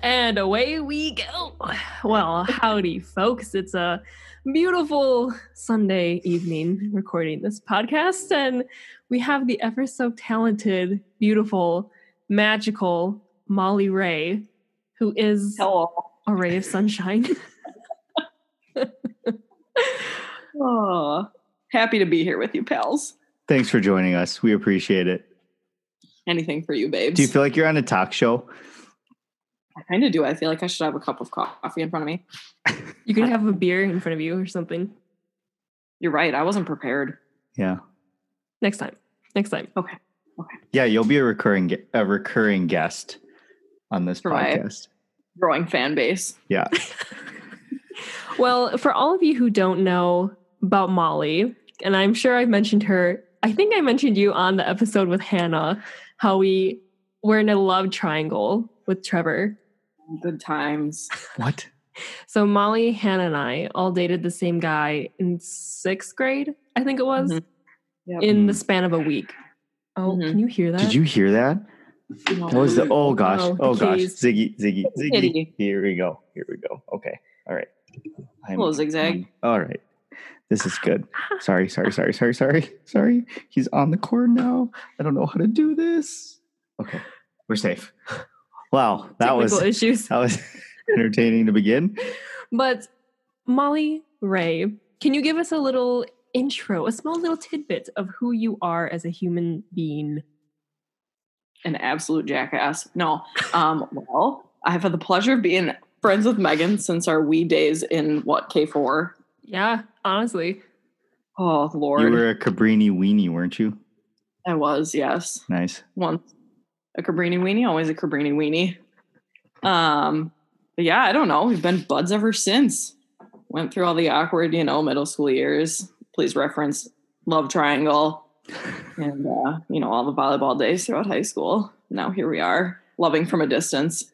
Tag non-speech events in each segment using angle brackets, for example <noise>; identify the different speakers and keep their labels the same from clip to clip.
Speaker 1: And away we go. Well, howdy, folks. It's a beautiful Sunday evening recording this podcast. And we have the ever so talented, beautiful, magical Molly Ray, who is
Speaker 2: Hello.
Speaker 1: a ray of sunshine. <laughs>
Speaker 2: Oh, happy to be here with you, pals.
Speaker 3: Thanks for joining us. We appreciate it.
Speaker 2: Anything for you, babes.
Speaker 3: Do you feel like you're on a talk show?
Speaker 2: I kind of do. I feel like I should have a cup of coffee in front of me.
Speaker 1: You could have a beer in front of you or something.
Speaker 2: You're right. I wasn't prepared.
Speaker 3: Yeah.
Speaker 1: Next time. Next time.
Speaker 3: Yeah, you'll be a recurring ge- a recurring guest on this
Speaker 2: Right.
Speaker 3: podcast.
Speaker 2: Growing fan base.
Speaker 3: Yeah.
Speaker 1: Well, for all of you who don't know about Molly, and I'm sure I've mentioned her, I think I mentioned you on the episode with Hannah, how we were in a love triangle with Trevor.
Speaker 2: Good times.
Speaker 3: What?
Speaker 1: So Molly, Hannah, and I all dated the same guy in sixth grade, I think it was,
Speaker 2: Mhm. Yep.
Speaker 1: in the
Speaker 3: Mm.
Speaker 1: span of a week. Oh,
Speaker 2: Mhm.
Speaker 1: can you hear that?
Speaker 3: Did you hear that? What was the oh gosh.
Speaker 1: Oh,
Speaker 3: Oh, gosh.
Speaker 1: geez.
Speaker 3: Ziggy, Ziggy, Ziggy.
Speaker 2: Kitty.
Speaker 3: Here we go. Here we go. Okay. All right. I'm-
Speaker 2: Hello, Zigzag.
Speaker 3: All right. This is good. Sorry, sorry, sorry, sorry, sorry. Sorry. He's on the cord now. I don't know how to do this. Okay. We're safe. Wow. That
Speaker 1: Technical
Speaker 3: was <laughs>
Speaker 1: issues.
Speaker 3: that was entertaining to begin.
Speaker 1: But Molly Ray, can you give us a little intro, a small little tidbit of who you are as a human being?
Speaker 2: An absolute jackass. No. Um, well, I've had the pleasure of being friends with Megan since our wee days in what, K4?
Speaker 1: Yeah, honestly.
Speaker 2: Oh, Lord.
Speaker 3: You were a Cabrini weenie, weren't you?
Speaker 2: I was, yes.
Speaker 3: Nice.
Speaker 2: once a cabrini weenie, always a cabrini weenie. Um, but yeah, I don't know. We've been buds ever since. Went through all the awkward, you know, middle school years. Please reference love triangle, and uh, you know all the volleyball days throughout high school. Now here we are, loving from a distance.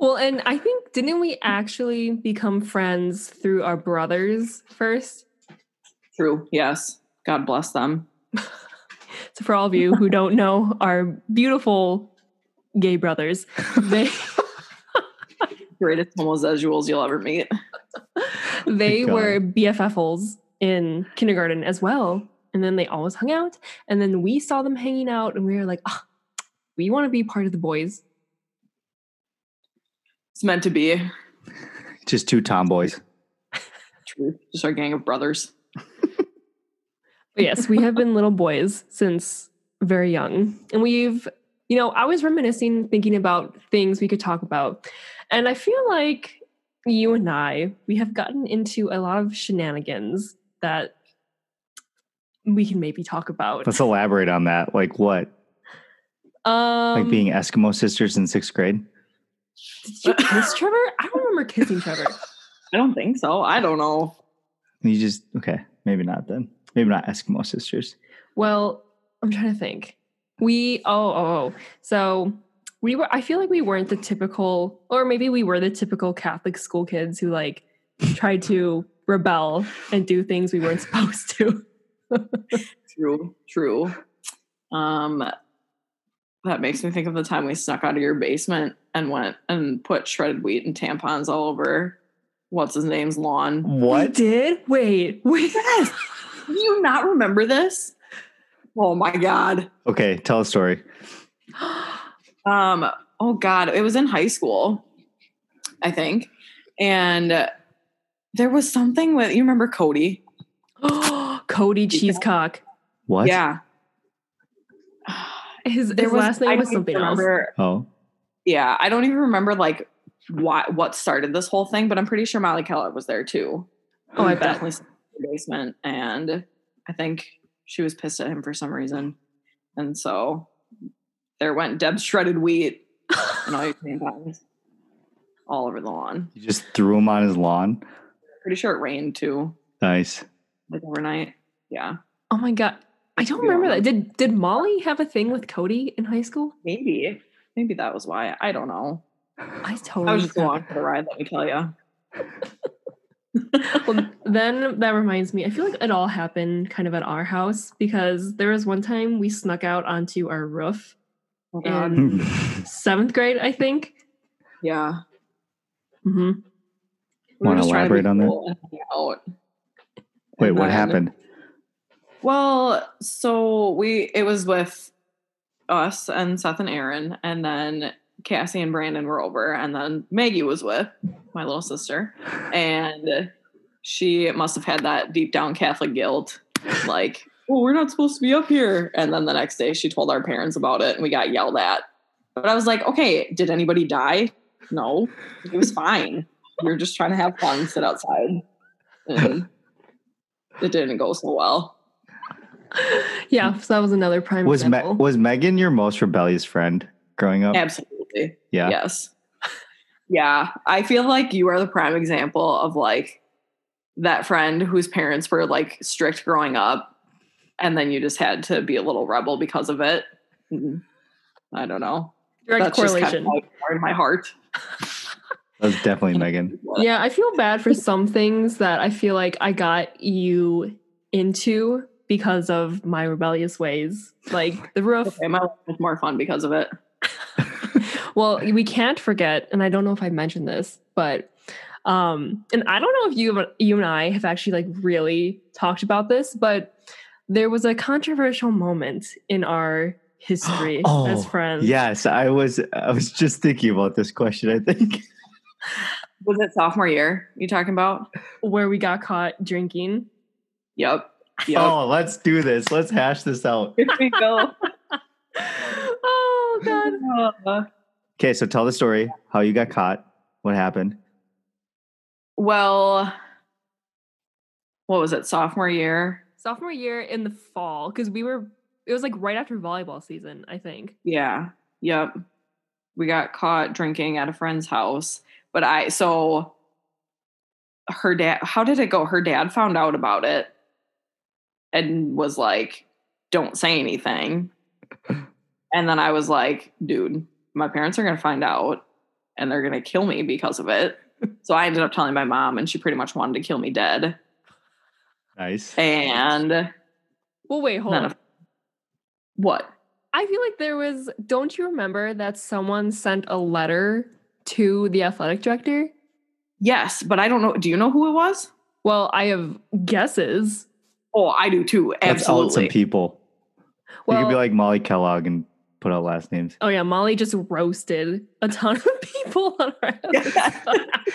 Speaker 1: Well, and I think didn't we actually become friends through our brothers first?
Speaker 2: True. Yes. God bless them.
Speaker 1: So for all of
Speaker 3: <laughs>
Speaker 1: you who don't know, our beautiful gay brothers,
Speaker 3: <laughs>
Speaker 1: they <laughs>
Speaker 2: Greatest homosexuals you'll ever meet.
Speaker 1: they
Speaker 3: Good God.
Speaker 1: were BFFs in kindergarten as well, and then they always hung out, and then we saw them hanging out, and we were like, oh, we want to be part of the boys.
Speaker 2: It's meant to be.
Speaker 3: Just two tomboys.
Speaker 2: True. Just our gang of brothers.
Speaker 1: But yes, we have been little boys since very young. And we've, you know, I was reminiscing, thinking about things we could talk about. And I feel like you and I, we have gotten into a lot of shenanigans that we can maybe talk about.
Speaker 3: Let's elaborate on that. Like what?
Speaker 1: Um, <laughs>
Speaker 3: Like being Eskimo sisters in sixth grade?
Speaker 1: Did you kiss Trevor? I don't remember kissing Trevor.
Speaker 2: I don't think so. I don't know.
Speaker 3: You just okay. Maybe not then. Maybe not Eskimo sisters.
Speaker 1: Well, I'm trying to think. We oh oh, oh. so we were. I feel like we weren't the typical, or maybe we were the typical Catholic school kids who like tried to rebel and do things we weren't <laughs> supposed to.
Speaker 2: True, true. Um, that makes me think of the time we snuck out of your basement and went and put shredded wheat and tampons all over what's his name's lawn.
Speaker 1: We
Speaker 3: What?
Speaker 1: did? Wait, <laughs> wait.
Speaker 2: Do you not remember this? Oh my god.
Speaker 3: Okay, tell a story.
Speaker 2: Um, oh god, it was in high school, I think. And uh, there was something with you remember Cody?
Speaker 1: <gasps> Cody Cheesecock.
Speaker 3: What?
Speaker 2: Yeah.
Speaker 1: His,
Speaker 2: There
Speaker 1: his last
Speaker 2: I
Speaker 1: name was
Speaker 2: don't
Speaker 1: something else.
Speaker 2: remember-
Speaker 3: Oh.
Speaker 2: yeah i don't even remember like why what started this whole thing but i'm pretty sure molly keller was there too
Speaker 1: Oh, I
Speaker 2: Who
Speaker 1: bet.
Speaker 2: definitely slept in the basement and i think she was pissed at him for some reason and so there went deb's shredded wheat and all your tampons all over the lawn
Speaker 3: You just threw him on his lawn.
Speaker 2: pretty sure it rained too
Speaker 3: Nice.
Speaker 2: like overnight yeah
Speaker 1: <laughs> Oh my god, I don't remember that. Did did Molly have a thing with Cody in high school?
Speaker 2: maybe maybe that was why i don't know
Speaker 1: I totally.
Speaker 2: i was just
Speaker 1: forgot.
Speaker 2: along for the ride let me tell you
Speaker 1: well, then that reminds me, I feel like it all happened kind of at our house because there was one time we snuck out onto our roof
Speaker 2: oh, God.
Speaker 1: in seventh grade, I think,
Speaker 2: Yeah.
Speaker 1: hmm
Speaker 2: We were
Speaker 3: Wanna
Speaker 2: just trying be
Speaker 3: elaborate on that?
Speaker 2: cool and hang out.
Speaker 3: Wait,
Speaker 2: And
Speaker 3: what
Speaker 2: then-
Speaker 3: happened?
Speaker 2: Well, so we it was with us and Seth and Aaron, and then Cassie and Brandon were over, and then Maggie was with my little sister, and she must have had that deep down Catholic guilt, like, well, we're not supposed to be up here. And then the next day, she told our parents about it, and we got yelled at. But I was like, okay, did anybody die? No, it was fine. We were just trying to have fun, sit outside, and it didn't go so well.
Speaker 1: Yeah, so that was another prime
Speaker 3: Was Me-
Speaker 1: example.
Speaker 3: was Megan your most rebellious friend growing up?
Speaker 2: Absolutely.
Speaker 3: Yeah.
Speaker 2: Yes. <laughs> Yeah. I feel like you are the prime example of like that friend whose parents were like strict growing up and then you just had to be a little rebel because of it. Mm, I don't know.
Speaker 1: Direct
Speaker 2: That's just kind
Speaker 1: correlation.
Speaker 2: of like part of my heart.
Speaker 3: That was definitely Megan.
Speaker 1: yeah, I feel bad for some things that I feel like I got you into because of my rebellious ways. Like the roof.
Speaker 2: Okay, my life was more fun because of it.
Speaker 1: Well, we can't forget, and I don't know if I mentioned this, but um, and I don't know if you you and I have actually like really talked about this, but there was a controversial moment in our history
Speaker 3: Oh,
Speaker 1: as friends.
Speaker 3: Yes, I was. I was just thinking about this question. I think.
Speaker 2: Was it sophomore year you talking about?
Speaker 1: where we got caught drinking. <gasps>
Speaker 2: Yep.
Speaker 1: <laughs>
Speaker 2: Yep.
Speaker 3: Oh, let's do this. Let's hash this out.
Speaker 2: Here we go.
Speaker 1: <laughs> oh god.
Speaker 2: Uh,
Speaker 3: Okay, so tell the story. How you got caught? What happened?
Speaker 2: <laughs> well, what was it? Sophomore year?
Speaker 1: Sophomore year in the fall cuz we were it was like right after volleyball season, I think.
Speaker 2: Yeah. Yep. We got caught drinking at a friend's house. But I, so her dad, how did it go? Her dad found out about it and was like, don't say anything. And then I was like, dude, my parents are going to find out and they're going to kill me because of it. So I ended up telling my mom, and she pretty much wanted to kill me dead.
Speaker 3: Nice.
Speaker 2: And
Speaker 1: Well, wait, hold
Speaker 2: None
Speaker 1: on.
Speaker 2: of- what?
Speaker 1: I feel like there was don't you remember that someone sent a letter to the athletic director?
Speaker 2: Yes, but I don't know. Do you know who it was?
Speaker 1: Well, I have guesses.
Speaker 2: Oh, I do too.
Speaker 3: Let's out some
Speaker 2: Absolutely.
Speaker 3: people.
Speaker 1: Well,
Speaker 3: you could be like Molly Kellogg and put out last names.
Speaker 1: oh yeah, Molly just roasted a ton of <laughs> people on
Speaker 3: <laughs>
Speaker 1: our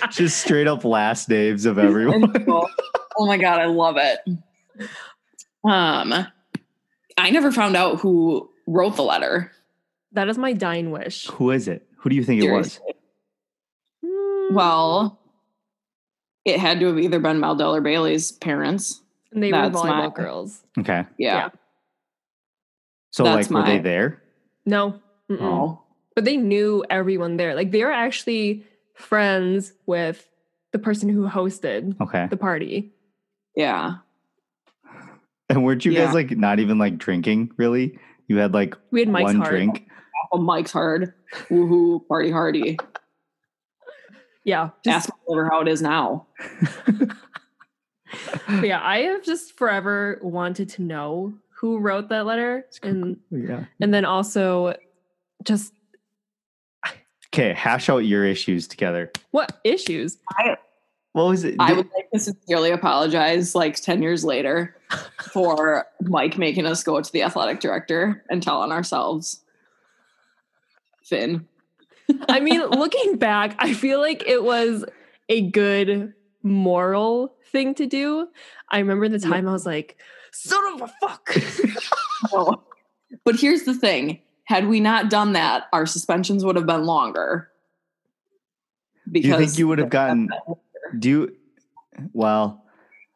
Speaker 3: Just straight up last names
Speaker 2: <laughs>
Speaker 3: of everyone.
Speaker 2: oh my god, I love it. Um, I never found out who wrote the letter.
Speaker 1: That is my dying wish.
Speaker 3: Who is it? Who do you think it was?
Speaker 2: Seriously.
Speaker 1: Hmm.
Speaker 2: Well, it had to have either been Maldell or Bailey's parents.
Speaker 1: and they were
Speaker 2: that's
Speaker 1: volleyball
Speaker 2: my-
Speaker 1: girls.
Speaker 3: Okay.
Speaker 2: Yeah.
Speaker 1: Yeah.
Speaker 3: So
Speaker 2: That's
Speaker 3: like were they
Speaker 2: my-
Speaker 3: there?
Speaker 1: No. Mm-mm.
Speaker 2: Oh.
Speaker 1: but they knew everyone there. Like they were actually friends with the person who hosted
Speaker 3: Okay.
Speaker 2: <laughs>
Speaker 1: the party.
Speaker 2: Yeah.
Speaker 3: And weren't you
Speaker 2: Yeah.
Speaker 3: guys like not even like drinking really? You had like
Speaker 1: We had Mike's
Speaker 3: one
Speaker 1: heart.
Speaker 3: drink.
Speaker 2: Oh, Mike's hard. Woohoo. Party hardy.
Speaker 1: Yeah, just,
Speaker 2: Ask my liver how it is now.
Speaker 1: but yeah. I have just forever wanted to know who wrote that letter, and
Speaker 3: Yeah.
Speaker 1: and then also just
Speaker 3: Okay, hash out your issues together.
Speaker 1: what issues.
Speaker 3: What was it?
Speaker 2: I
Speaker 3: Did-
Speaker 2: would like to sincerely apologize, like 10 years later, for Mike making us go to the athletic director and tell on ourselves. Finn.
Speaker 1: I mean, looking back, I feel like it was a good moral thing to do. I remember the time I was like, "Son of a fuck." <laughs>
Speaker 2: No. But here's the thing had we not done that, our suspensions would have been longer.
Speaker 3: do you think you would have gotten do you well,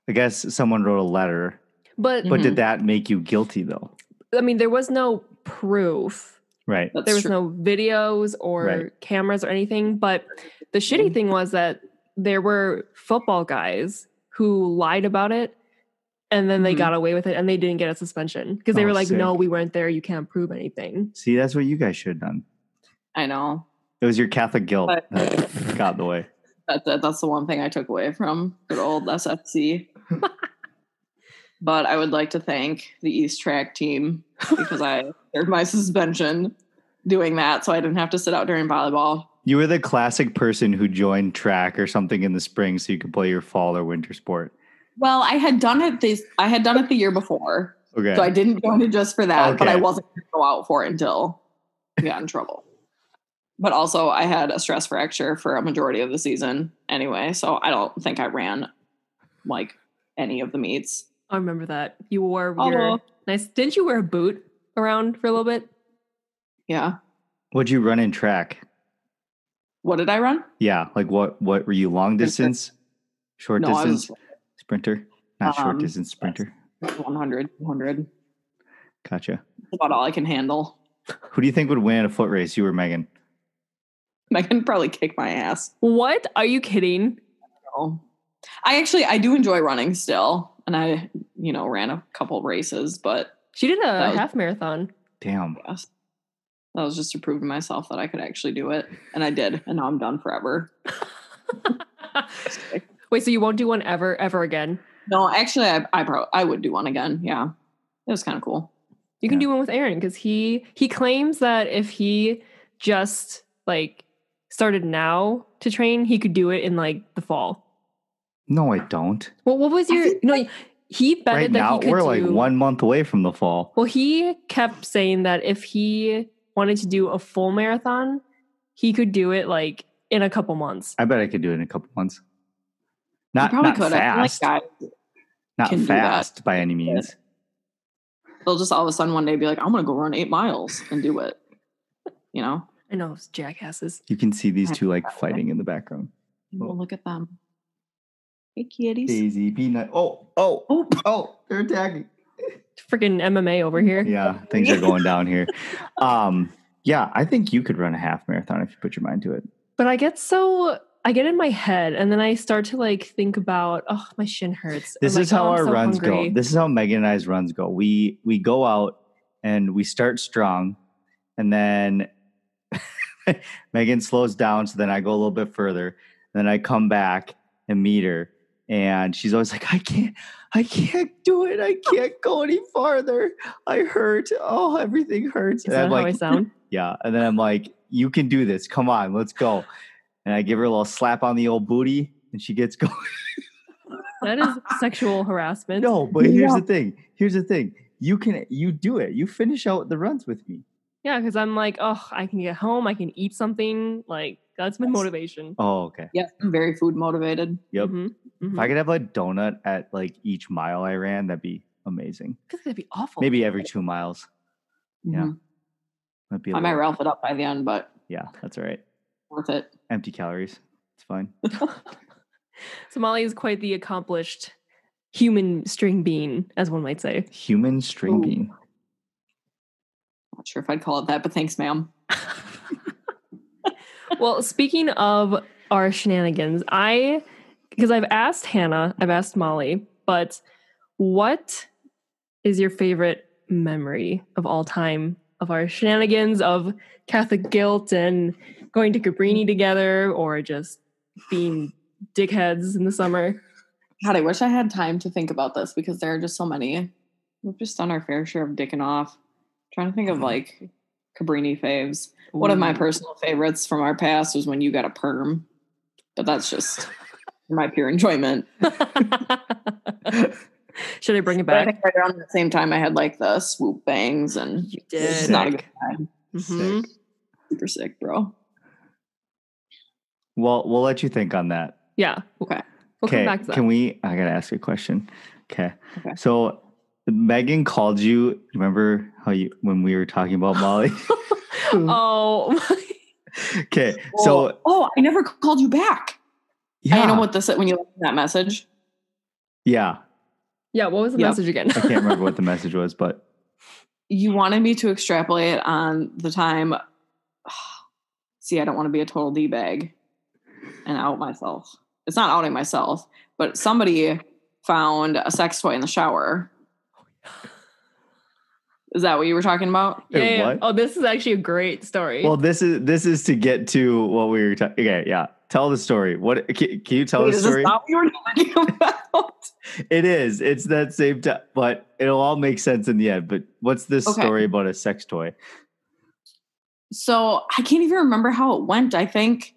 Speaker 3: I guess someone wrote a letter.
Speaker 1: But
Speaker 3: But
Speaker 2: Mm-hmm.
Speaker 3: did that make you guilty though?
Speaker 1: I mean, there was no proof.
Speaker 3: Right.
Speaker 2: That's
Speaker 1: there was
Speaker 2: true.
Speaker 1: no videos or
Speaker 3: Right. Mm-hmm.
Speaker 1: cameras or anything. But the shitty
Speaker 2: Mhm.
Speaker 1: thing was that there were football guys who lied about it and then they
Speaker 2: Mhm.
Speaker 1: got away with it and they didn't get a suspension because they
Speaker 3: Mm-hmm. Oh,
Speaker 1: were like, no,
Speaker 3: sick.
Speaker 1: we weren't there. You can't prove anything.
Speaker 3: See, that's what you guys should have done.
Speaker 2: I know.
Speaker 3: It was your Catholic guilt
Speaker 2: But-
Speaker 3: that got in the way.
Speaker 2: That, that, that's the one thing I took away from good old <laughs> SFC. but I would like to thank the East Track team because I cleared my suspension doing that, so I didn't have to sit out during volleyball.
Speaker 3: You were the classic person who joined track or something in the spring so you could play your fall or winter sport.
Speaker 2: Well, I had done it this I had done it the year before.
Speaker 3: Okay.
Speaker 2: So I didn't join it just for that, but I
Speaker 3: Okay.
Speaker 2: wasn't gonna go out for it until I got in trouble. But also I had a stress fracture for a majority of the season anyway, so I don't think I ran like any of the meets.
Speaker 1: I remember that. You wore
Speaker 2: Oh.
Speaker 1: your nice. Didn't you wear a boot around for a little bit?
Speaker 2: Yeah.
Speaker 3: What'd you run in track?
Speaker 2: What did I run?
Speaker 3: Yeah. Like what what were you long distance? Short
Speaker 2: no,
Speaker 3: distance? sprinter? Not
Speaker 2: Um,
Speaker 3: short distance sprinter.
Speaker 2: I was 100, 100. That's
Speaker 3: Gotcha.
Speaker 2: about all I can handle. <laughs>
Speaker 3: Who do you think would win in a foot race? You or Megan?
Speaker 2: I can probably kick my ass.
Speaker 1: What? Are you kidding?
Speaker 2: So, I actually I do enjoy running still, and I you know ran a couple races, but
Speaker 1: She did a
Speaker 2: That was-
Speaker 1: half marathon.
Speaker 3: Damn.
Speaker 2: yes, that was just to prove to myself that I could actually do it, and I did, and now I'm done forever.
Speaker 1: Wait, so you won't do one ever, ever again?
Speaker 2: No, actually, I I pro- I would do one again. Yeah, it was kind of cool.
Speaker 1: You can
Speaker 3: Yeah.
Speaker 1: do one with Aaron because he he claims that if he just like started now to train, he could do it in like the fall.
Speaker 3: No, I don't.
Speaker 1: Well, what was your no? He betted
Speaker 3: right
Speaker 1: that
Speaker 3: now,
Speaker 1: he could
Speaker 3: we're like
Speaker 1: do-
Speaker 3: one month away from the fall.
Speaker 1: Well, he kept saying that if he wanted to do a full marathon, he could do it like in a couple months.
Speaker 3: I bet I could do it in a couple months.
Speaker 2: I
Speaker 3: Not,
Speaker 2: probably
Speaker 3: not
Speaker 2: could.
Speaker 3: fast.
Speaker 2: I feel like guys,
Speaker 3: not
Speaker 2: can do that.
Speaker 3: fast by any means.
Speaker 2: they'll just all of a sudden one day be like, I'm gonna go run eight miles and do it. <laughs> You know,
Speaker 1: I know, it's jackasses.
Speaker 3: You can see these two like fighting in the background.
Speaker 2: well, look at them. Hey kitties.
Speaker 3: Daisy, be nice. Oh, oh,
Speaker 2: Oh,
Speaker 3: oh, they're attacking.
Speaker 1: Freaking MMA over here.
Speaker 3: Mm-hmm. Yeah, things are going down
Speaker 2: <laughs>
Speaker 3: here. Um, yeah, I think you could run a half marathon if you put your mind to it.
Speaker 1: But I get so I get in my head and then I start to like think about, oh, my shin hurts.
Speaker 3: This
Speaker 1: I'm
Speaker 3: is
Speaker 1: like, "Oh,
Speaker 3: how
Speaker 1: I'm
Speaker 3: our
Speaker 1: so
Speaker 3: runs
Speaker 1: hungry."
Speaker 3: go. This is how Megan and I's runs go. We we go out and we start strong, and then <laughs> Megan slows down. So then I go a little bit further. Then I come back and meet her, and she's always like, "I can't, I can't do
Speaker 1: <laughs>
Speaker 3: it. I can't go any farther. I hurt. Oh, everything hurts."
Speaker 1: Is
Speaker 3: And I'm
Speaker 1: that how I
Speaker 3: like, <laughs>
Speaker 1: sound?
Speaker 3: Yeah. And then I'm like, you can do this. Come on, let's go. And I give her a little slap on the old booty and she gets <laughs> going.
Speaker 1: That is sexual harassment.
Speaker 3: No, but here's the thing. Here's the thing. You can you do it. You finish out the runs with me.
Speaker 1: Yeah, because I'm like, oh, I can get home, I can eat something. Like that's my
Speaker 2: Yes.
Speaker 1: motivation.
Speaker 3: Oh, okay.
Speaker 2: yeah, I'm very food motivated.
Speaker 3: Yep.
Speaker 1: Mhm,
Speaker 3: If
Speaker 1: mhm.
Speaker 3: I could have a donut at like each mile I ran, that'd be amazing.
Speaker 1: I feel like that'd be awful.
Speaker 3: Maybe every two miles. Yeah.
Speaker 2: Mhm.
Speaker 3: That'd be a
Speaker 2: I might
Speaker 3: little-
Speaker 2: ralph it up by the end, but
Speaker 3: Yeah, that's all right.
Speaker 2: worth it.
Speaker 3: Empty calories. It's fine.
Speaker 1: So Molly is quite the accomplished human string bean, as one might say.
Speaker 3: Human string
Speaker 2: Ooh.
Speaker 3: bean.
Speaker 2: Not sure if I'd call it that, but thanks, ma'am.
Speaker 1: well, speaking of our shenanigans, I because I've asked Hannah, I've asked Molly, but what is your favorite memory of all time of our shenanigans of Catholic guilt and going to Cabrini together or just being dickheads in the summer?
Speaker 2: God, I wish I had time to think about this because there are just so many. We've just done our fair share of dicking off. trying to think of like Cabrini faves. One of my
Speaker 1: Mm-hmm. Ooh.
Speaker 2: personal favorites from our past was when you got a perm, but that's just for my
Speaker 1: <laughs>
Speaker 2: pure enjoyment.
Speaker 1: <laughs> Should I bring it
Speaker 2: But
Speaker 1: back?
Speaker 2: I think right around the same time, I had like the swoop bangs and
Speaker 1: You
Speaker 2: it's
Speaker 1: did.
Speaker 2: just not a
Speaker 3: Sick.
Speaker 2: good time.
Speaker 1: Mhm.
Speaker 3: Sick.
Speaker 2: Super sick, bro.
Speaker 3: Well, we'll let you think on that.
Speaker 1: Yeah.
Speaker 2: Okay.
Speaker 1: We'll come back to that.
Speaker 3: Can we? I gotta ask a question. Okay.
Speaker 2: Okay.
Speaker 3: So Megan called you. Remember how you when we were talking about Molly? <laughs>
Speaker 1: oh, <laughs>
Speaker 3: okay. So
Speaker 2: oh, oh, I never called you back.
Speaker 3: yeah,
Speaker 2: I know what this when you left that message.
Speaker 3: yeah.
Speaker 1: yeah. What was the
Speaker 2: Yeah.
Speaker 1: message again?
Speaker 3: I can't
Speaker 1: <laughs>
Speaker 3: remember what the message was, but
Speaker 2: you wanted me to extrapolate on the time. <sighs> See, I don't want to be a total d bag and out myself. It's not outing myself, but somebody found a sex toy in the
Speaker 3: <sighs>
Speaker 2: shower. Is that what you were talking about?
Speaker 1: yeah,
Speaker 3: Wait,
Speaker 1: yeah.
Speaker 3: what?
Speaker 1: Oh, this is actually a great story.
Speaker 3: well, this is this is to get to what we were talking. Okay, yeah. Tell the story. What can, can you tell
Speaker 2: Wait,
Speaker 3: the
Speaker 2: is this
Speaker 3: story?
Speaker 2: not what you were <laughs> talking about?
Speaker 3: It is. It's that same time, but it'll all make sense in the end. But what's this
Speaker 2: Okay.
Speaker 3: story about a sex toy?
Speaker 2: so I can't even remember how it went. I think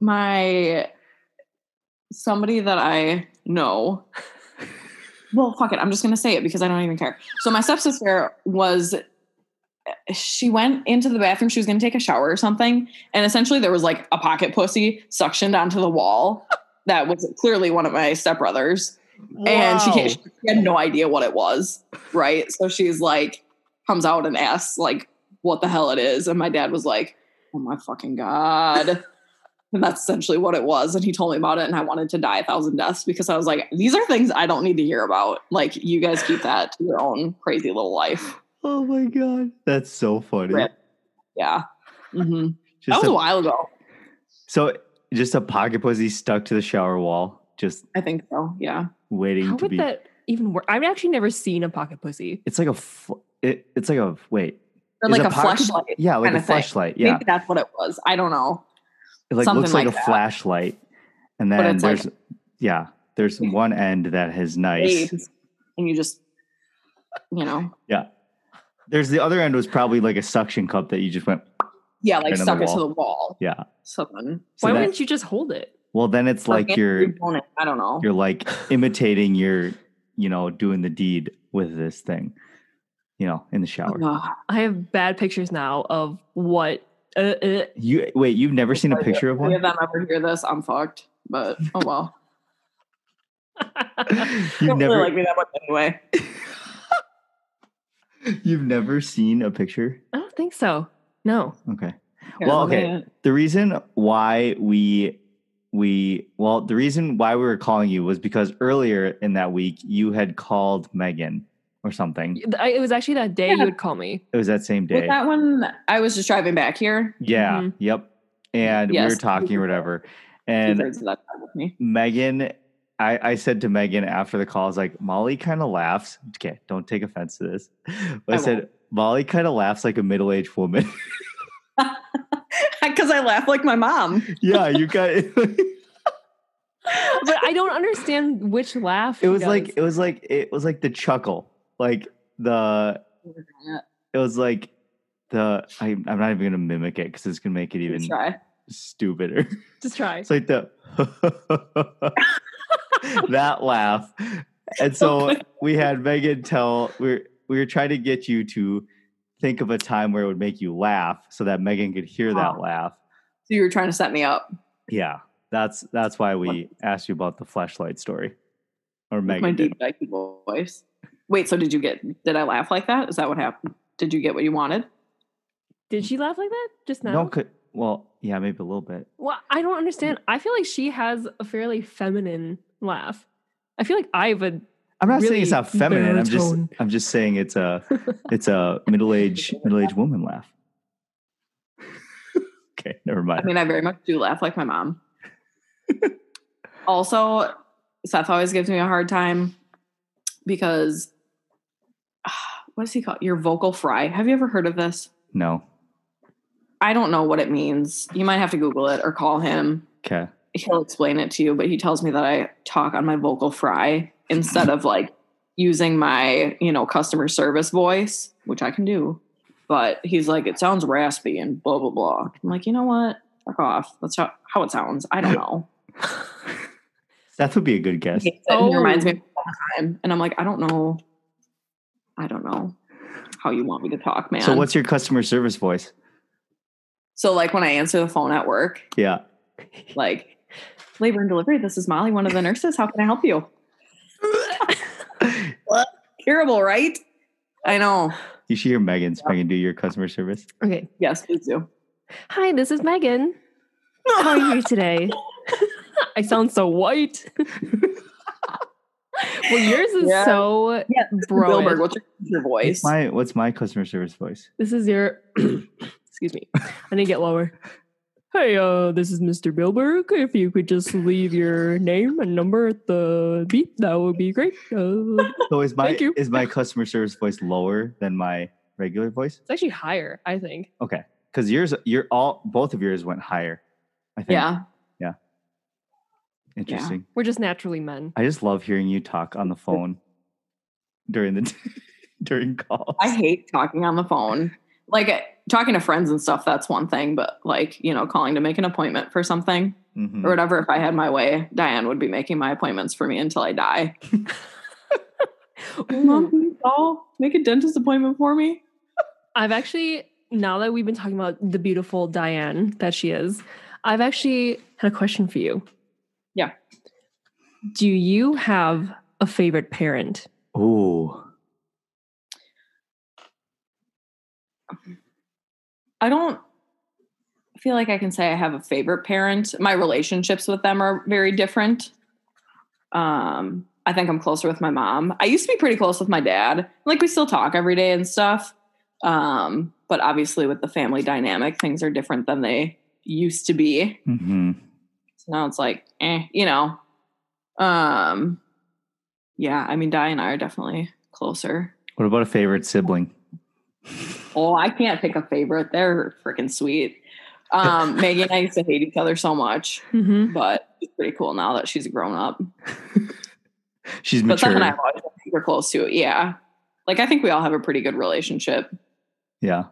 Speaker 2: my somebody that I know. Well, fuck it. I'm just gonna say it because I don't even care. So my stepsister was she went into the bathroom. She was going to take a shower or something. And essentially, there was like a pocket pussy suctioned onto the wall that was clearly one of my stepbrothers. And she, can't, she had no idea what it was. Right. So she's like, comes out and asks, like, what the hell it is. And my dad was like, oh my fucking God. and that's essentially what it was. And he told me about it. And I wanted to die a thousand deaths because I was like, these are things I don't need to hear about. Like, you guys keep that to your own crazy little life.
Speaker 3: Oh my god, that's so funny.
Speaker 2: Rip. Yeah. hmm That
Speaker 3: Just
Speaker 2: was
Speaker 3: a-
Speaker 2: a while ago.
Speaker 3: so just a pocket pussy stuck to the shower wall, just
Speaker 2: I think so. Yeah.
Speaker 3: waiting
Speaker 1: How
Speaker 3: to
Speaker 1: would
Speaker 3: be.
Speaker 1: that even work? I've actually never seen a pocket pussy.
Speaker 3: It's like a. Fl- it, it's like a wait.
Speaker 2: Or
Speaker 3: is
Speaker 2: like a,
Speaker 3: pocket-
Speaker 2: flashlight.
Speaker 3: Yeah, like
Speaker 2: kinda
Speaker 3: a
Speaker 2: thing.
Speaker 3: flashlight. Yeah,
Speaker 2: Maybe that's what it was. I don't know.
Speaker 3: it like
Speaker 2: something
Speaker 3: looks like,
Speaker 2: like
Speaker 3: a
Speaker 2: that.
Speaker 3: flashlight, and
Speaker 2: But
Speaker 3: then
Speaker 2: it's like-
Speaker 3: there's yeah,
Speaker 2: <laughs>
Speaker 3: there's one end that is nice.
Speaker 2: Babes. And you just, you know,
Speaker 3: There's the other end was probably like a suction cup that you just went
Speaker 2: yeah, like
Speaker 3: Right on the
Speaker 2: stuck it to
Speaker 3: wall.
Speaker 2: the wall.
Speaker 3: yeah.
Speaker 2: So then,
Speaker 3: So
Speaker 1: Why
Speaker 3: that-
Speaker 1: wouldn't you just hold it?
Speaker 3: well, then it's like you're
Speaker 2: Bonus, I don't know.
Speaker 3: you're like imitating your you know doing the deed with this thing, you know, in the shower.
Speaker 2: Ugh.
Speaker 1: I have bad pictures now of what. Uh, uh, <laughs>
Speaker 3: You wait, you've never seen a
Speaker 2: If <laughs>
Speaker 3: picture of
Speaker 2: Any of
Speaker 3: one?
Speaker 2: them ever hear this? I'm fucked. But oh well.
Speaker 3: <laughs> You've
Speaker 2: don't really
Speaker 3: never
Speaker 2: like me that much anyway.
Speaker 3: you've never seen a picture?
Speaker 1: I don't think so. No.
Speaker 3: Okay.
Speaker 2: Here,
Speaker 3: Well,
Speaker 2: let me-
Speaker 3: okay. The reason why we we well, the reason why we were calling you was because earlier in that week you had called Megan or something.
Speaker 1: I, it was actually that day
Speaker 2: Yeah.
Speaker 1: you would call me.
Speaker 3: It was that same
Speaker 2: Was
Speaker 3: day.
Speaker 2: that when I was just driving back here?
Speaker 3: yeah.
Speaker 1: Mhm.
Speaker 3: Yep. And we
Speaker 2: Yes.
Speaker 3: were
Speaker 2: <laughs>
Speaker 3: talking or whatever. And
Speaker 2: Two-thirds of that time with me. <laughs>
Speaker 3: Megan, I, I said to Megan after the call, I was like, Molly kind of laughs. Okay, don't take offense to this. <laughs> But I,
Speaker 2: I
Speaker 3: said, Molly kind of laughs like a middle aged woman. <laughs>
Speaker 2: Because I laugh like my mom.
Speaker 3: yeah, you got it. <laughs>
Speaker 1: But I don't understand which laugh.
Speaker 3: <laughs> it
Speaker 1: she
Speaker 3: was like,
Speaker 1: does.
Speaker 3: it was like, it was like the chuckle. Like the, it was like the, I, I'm not even going to mimic it because it's going to make it even
Speaker 2: try.
Speaker 3: stupider. <laughs>
Speaker 1: just try.
Speaker 3: It's like the <laughs> that laugh.
Speaker 2: <laughs>
Speaker 3: And so we had Megan tell we were, we were trying to get you to think of a time where it would make you laugh so that Megan could hear that laugh.
Speaker 2: So you were trying to set me up.
Speaker 3: Yeah. That's that's why we asked you about the flashlight story. Or
Speaker 2: with my
Speaker 3: Megan did.
Speaker 2: deep Becky voice. Wait, so did you get? Did I laugh like that? Is that what happened? Did you get what you wanted?
Speaker 1: Did she laugh like that just now?
Speaker 3: No could well, yeah, maybe a little bit.
Speaker 1: Well, I don't understand. I feel like she has a fairly feminine laugh. I feel like I have <laughs> a
Speaker 3: I'm not saying it's
Speaker 1: Really
Speaker 3: not feminine. I'm just
Speaker 1: baritone.
Speaker 3: I'm just saying it's a it's a middle aged middle aged woman laugh. <laughs> okay, never mind.
Speaker 2: I mean, I very much do laugh like my mom. also, Seth always gives me a hard time because <sighs> ah, what does he call it? your vocal fry? Have you ever heard of this?
Speaker 3: no.
Speaker 2: I don't know what it means. You might have to Google it or call him.
Speaker 3: Okay.
Speaker 2: he'll explain it to you, but he tells me that I talk on my vocal fry instead of like using my, you know, customer service voice, which I can do. But he's like, it sounds raspy and blah, blah, blah. I'm like, you know what? Fuck off. That's how, how it sounds. I don't know.
Speaker 3: That would be a good guess.
Speaker 2: He hates it and he reminds me of all the time. And I'm like, I don't know. I don't know how you want me to talk, man.
Speaker 3: So what's your customer service voice?
Speaker 2: so like when I answer the phone at work,
Speaker 3: Yeah.
Speaker 2: like labor and delivery, this is Molly, one of the nurses. How can I help you? Terrible, right? I know.
Speaker 3: You should hear Megan's Megan do your customer service.
Speaker 1: okay.
Speaker 2: Yes, please do. <laughs>
Speaker 1: Hi, this is Megan. How are you today? <laughs> I sound so white. well, yours is
Speaker 2: Yeah.
Speaker 1: so
Speaker 2: Yeah,
Speaker 1: bro.
Speaker 2: Bilberg, what's your, your voice?
Speaker 3: What's my what's my customer service voice?
Speaker 1: This is your. <coughs> excuse me. I need to get lower. Hey, uh, this is Mr. Bilberg. If you could just leave your name and number at the beep, that would be great. <laughs> Uh, it's
Speaker 3: So is my
Speaker 1: Thank you.
Speaker 3: is my customer service voice lower than my regular voice?
Speaker 1: actually higher, I think.
Speaker 3: Because yours your all both of yours went higher. I think.
Speaker 2: yeah,
Speaker 3: Interesting.
Speaker 1: We're just naturally men.
Speaker 3: I just love hearing you talk on the phone <laughs> during the during calls.
Speaker 2: I hate talking on the phone. Like uh, talking to friends and stuff, that's one thing, but like, you know, calling to make an appointment for something
Speaker 3: Mhm.
Speaker 2: or whatever, if I had my way, Diane would be making my appointments for me until I die. Mom,
Speaker 1: Ooh,
Speaker 2: can you call? Make a dentist appointment for me?
Speaker 1: I've actually, now that we've been talking about the beautiful Diane that she is, I've actually had a question for you.
Speaker 2: Yeah.
Speaker 1: Do you have a favorite parent?
Speaker 3: Ooh.
Speaker 2: I don't feel like I can say I have a favorite parent. My relationships with them are very different. Um, I think I'm closer with my mom. I used to be pretty close with my dad. Like we still talk every day and stuff. Um, but obviously with the family dynamic, things are different than they used to be.
Speaker 3: hmm
Speaker 2: So now it's like, eh, you know. Um, yeah, I mean, Di and I are definitely closer.
Speaker 3: What about a favorite sibling?
Speaker 2: Oh, I can't pick a favorite. They're freaking sweet. Um,
Speaker 3: <laughs>
Speaker 2: Maggie and I used to hate each other so much,
Speaker 1: Mm-hmm.
Speaker 2: but it's pretty cool now that she's grown up.
Speaker 3: She's
Speaker 2: But
Speaker 3: mature.
Speaker 2: then I've always been super close to it. Yeah. Like I think we all have a pretty good relationship.
Speaker 3: yeah.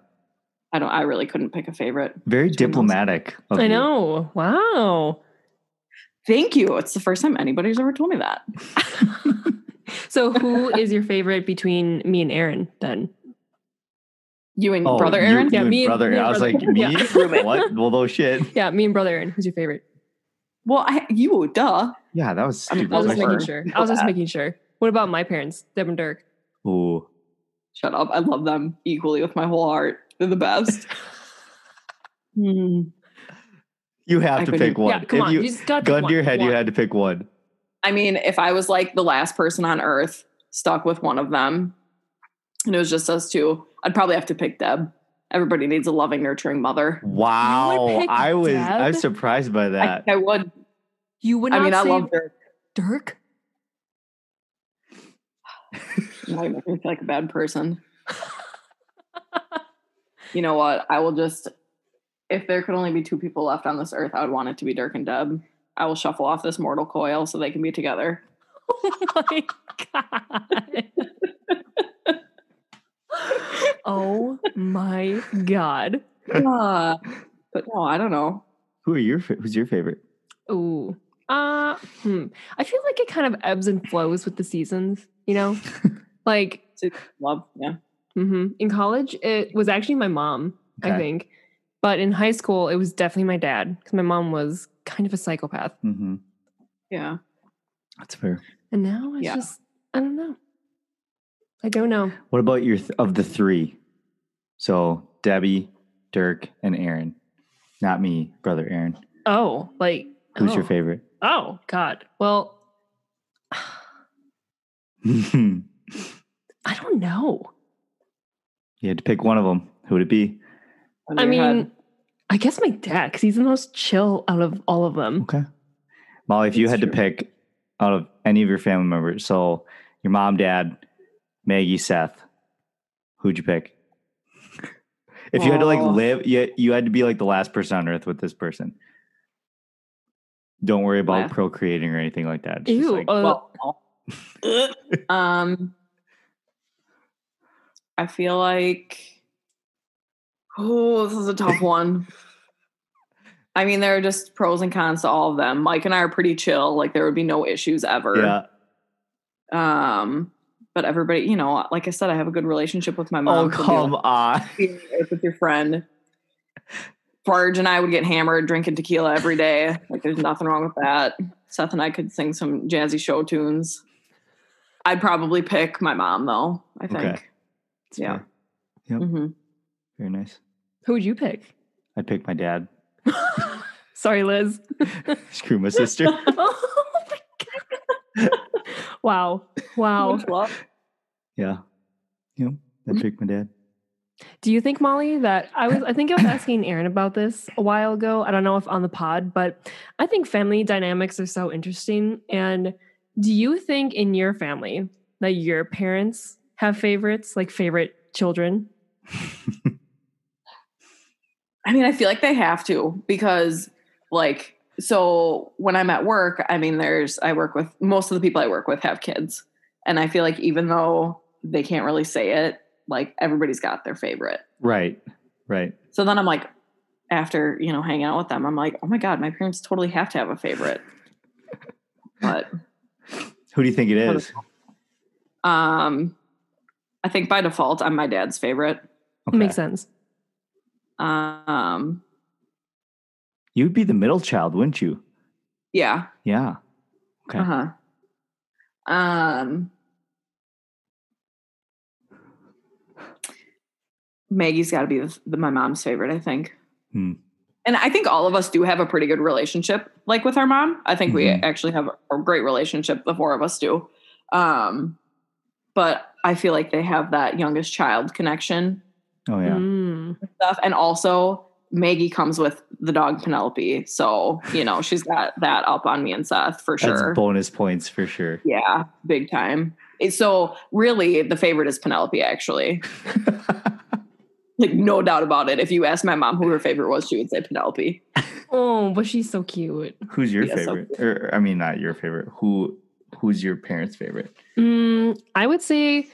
Speaker 2: I don't I really couldn't pick a favorite. Between
Speaker 3: Very
Speaker 2: those-
Speaker 3: diplomatic. of
Speaker 1: I
Speaker 3: you.
Speaker 1: know. Wow. <laughs>
Speaker 2: Thank you. It's the first time anybody's ever told me that.
Speaker 1: so who is your favorite between me and Aaron then?
Speaker 2: You and
Speaker 3: Oh,
Speaker 2: brother
Speaker 3: you-
Speaker 2: Aaron?
Speaker 3: you
Speaker 1: Yeah,
Speaker 3: and
Speaker 1: me and-
Speaker 3: brother.
Speaker 1: me and
Speaker 3: I was
Speaker 1: brother.
Speaker 3: like, me?
Speaker 1: Yeah. <laughs>
Speaker 3: what? Well, no shit.
Speaker 1: Yeah, me and brother Aaron. Who's your favorite?
Speaker 2: Well, I, you duh.
Speaker 3: Yeah, that was
Speaker 2: I mean,
Speaker 3: stupid.
Speaker 1: I was just
Speaker 2: Brother
Speaker 1: making
Speaker 2: Aaron.
Speaker 1: sure. I was just making sure. What about my parents, Deb and Dirk?
Speaker 3: Ooh.
Speaker 2: Shut up. I love them equally with my whole heart. They're the
Speaker 3: <laughs>
Speaker 2: best. Hmm.
Speaker 3: You have
Speaker 2: I
Speaker 3: to
Speaker 2: couldn't-
Speaker 3: pick one.
Speaker 1: Yeah, come
Speaker 3: if
Speaker 1: on.
Speaker 3: You,
Speaker 1: You just got
Speaker 3: gun to your head, you had to pick one.
Speaker 2: I mean, if I was like the last person on earth stuck with one of them and it was just us two, I'd probably have to pick Deb. Everybody needs a loving, nurturing mother.
Speaker 3: Wow.
Speaker 1: pick
Speaker 3: I was
Speaker 1: Deb?
Speaker 3: I was surprised by
Speaker 2: I
Speaker 3: that.
Speaker 2: think I would.
Speaker 1: You would
Speaker 2: I
Speaker 1: not
Speaker 2: mean, I
Speaker 1: say
Speaker 2: love Dirk.
Speaker 1: Dirk.
Speaker 2: Now you make me feel like a bad person. you know what? I will just, if there could only be two people left on this earth, I would want it to be Dirk and Deb. I will shuffle off this mortal coil so they can
Speaker 1: <laughs>
Speaker 2: be together.
Speaker 1: Oh my god. oh my god.
Speaker 2: Uh, but no, I don't know.
Speaker 3: Who are your fa- who's your favorite?
Speaker 1: Ooh. Uh, hmm. I feel like it kind of ebbs and flows with the seasons, you
Speaker 3: <laughs>
Speaker 1: know? like,
Speaker 2: Love, yeah.
Speaker 1: mhm. in college, it was actually my mom, I
Speaker 3: Okay.
Speaker 1: think. But in high school, it was definitely my dad because my mom was kind of a psychopath.
Speaker 3: Mm-hmm.
Speaker 2: Yeah.
Speaker 3: That's fair.
Speaker 1: And now it's
Speaker 2: Yeah.
Speaker 1: just, I don't know. I don't know.
Speaker 3: What about your th- of the three? So Debbie, Dirk, and Aaron. Not me, brother Aaron.
Speaker 1: Oh, like,
Speaker 3: Who's your
Speaker 1: oh.
Speaker 3: favorite? <laughs>
Speaker 1: Oh, God. Well,
Speaker 3: you
Speaker 1: I don't know.
Speaker 3: had to pick one of them. Who would it be?
Speaker 2: Under
Speaker 1: I
Speaker 2: your
Speaker 1: mean,
Speaker 2: head.
Speaker 1: I guess my dad, because he's the most chill out of all of them.
Speaker 3: Okay. Molly, if you
Speaker 2: That's
Speaker 3: had to
Speaker 2: true.
Speaker 3: pick out of any of your family members, so your mom, dad, Maggie, Seth, who'd you pick? If you had to like
Speaker 2: Oh.
Speaker 3: live, you, you had to be like the last person on earth with this person. Don't worry about
Speaker 2: Last.
Speaker 3: procreating or anything like that. It's just
Speaker 1: Ew.
Speaker 3: like-
Speaker 1: uh,
Speaker 2: well, <laughs> um, I feel like, oh, this is a
Speaker 3: <laughs>
Speaker 2: tough one. I mean, there are just pros and cons to all of them. Mike and I are pretty chill; like there would be no issues ever.
Speaker 3: yeah. Oh,
Speaker 2: Um, but everybody, you know, like I said, I have a good relationship with my mom. so
Speaker 3: <laughs> Oh,
Speaker 2: it'd be
Speaker 3: come on.
Speaker 2: like being there with your friend. Barge and I would get hammered drinking tequila every day. Like there's nothing wrong with that. Seth and I could sing some jazzy show tunes. I'd probably pick my mom though, I think.
Speaker 3: Okay. It's
Speaker 2: Yeah.
Speaker 3: fair. Yep.
Speaker 2: Mhm.
Speaker 3: Very nice.
Speaker 1: who would you pick? <laughs>
Speaker 3: I'd pick my dad. <laughs>
Speaker 1: Sorry, Liz.
Speaker 3: Screw my sister.
Speaker 1: <laughs> oh my god. wow. Wow.
Speaker 2: Much love.
Speaker 3: yeah. Yep. I'd pick my dad.
Speaker 1: Do you think, Molly, that I was I think I <coughs> was asking Aaron about this a while ago. I don't know if on the pod, but I think family dynamics are so interesting. And do you think in your family that your parents have favorites, like favorite children?
Speaker 2: I mean, I feel like they have to because, like, so when I'm at work, I mean, there's, I work with most of the people I work with have kids. And I feel like even though they can't really say it, like, everybody's got their favorite.
Speaker 3: Right. Right.
Speaker 2: So then I'm like, after you know hanging out with them, I'm like, oh my god, my parents totally have to have a favorite. but
Speaker 3: Who do you think it is?
Speaker 2: um, I think by default, I'm my dad's favorite.
Speaker 3: Okay.
Speaker 1: Makes sense.
Speaker 2: Um,
Speaker 3: You'd be the middle child, wouldn't you?
Speaker 2: yeah,
Speaker 3: Yeah. Okay.
Speaker 2: Uh huh. Um, Maggie's got to be the, the, my mom's favorite, I think.
Speaker 3: Hmm.
Speaker 2: And I think all of us do have a pretty good relationship, like with our mom. I think
Speaker 3: Mhm.
Speaker 2: we actually have a great relationship. The four of us do. Um, but I feel like they have that youngest child connection
Speaker 3: Oh yeah.
Speaker 1: Mm.
Speaker 2: stuff, and also. Maggie comes with the dog Penelope, so you know she's got that up on me and Seth for
Speaker 3: That's
Speaker 2: sure.
Speaker 3: bonus points for sure. <laughs>
Speaker 2: Yeah, big time. It- So really, the favorite is Penelope. Actually, like no doubt about it. If you asked my mom who her favorite was, she would say Penelope.
Speaker 1: Oh, but she's so cute.
Speaker 3: Who's your
Speaker 2: Yeah, so-
Speaker 3: favorite? Or I mean, not your favorite. Who? Who's your parents' favorite?
Speaker 1: Mm, I would say,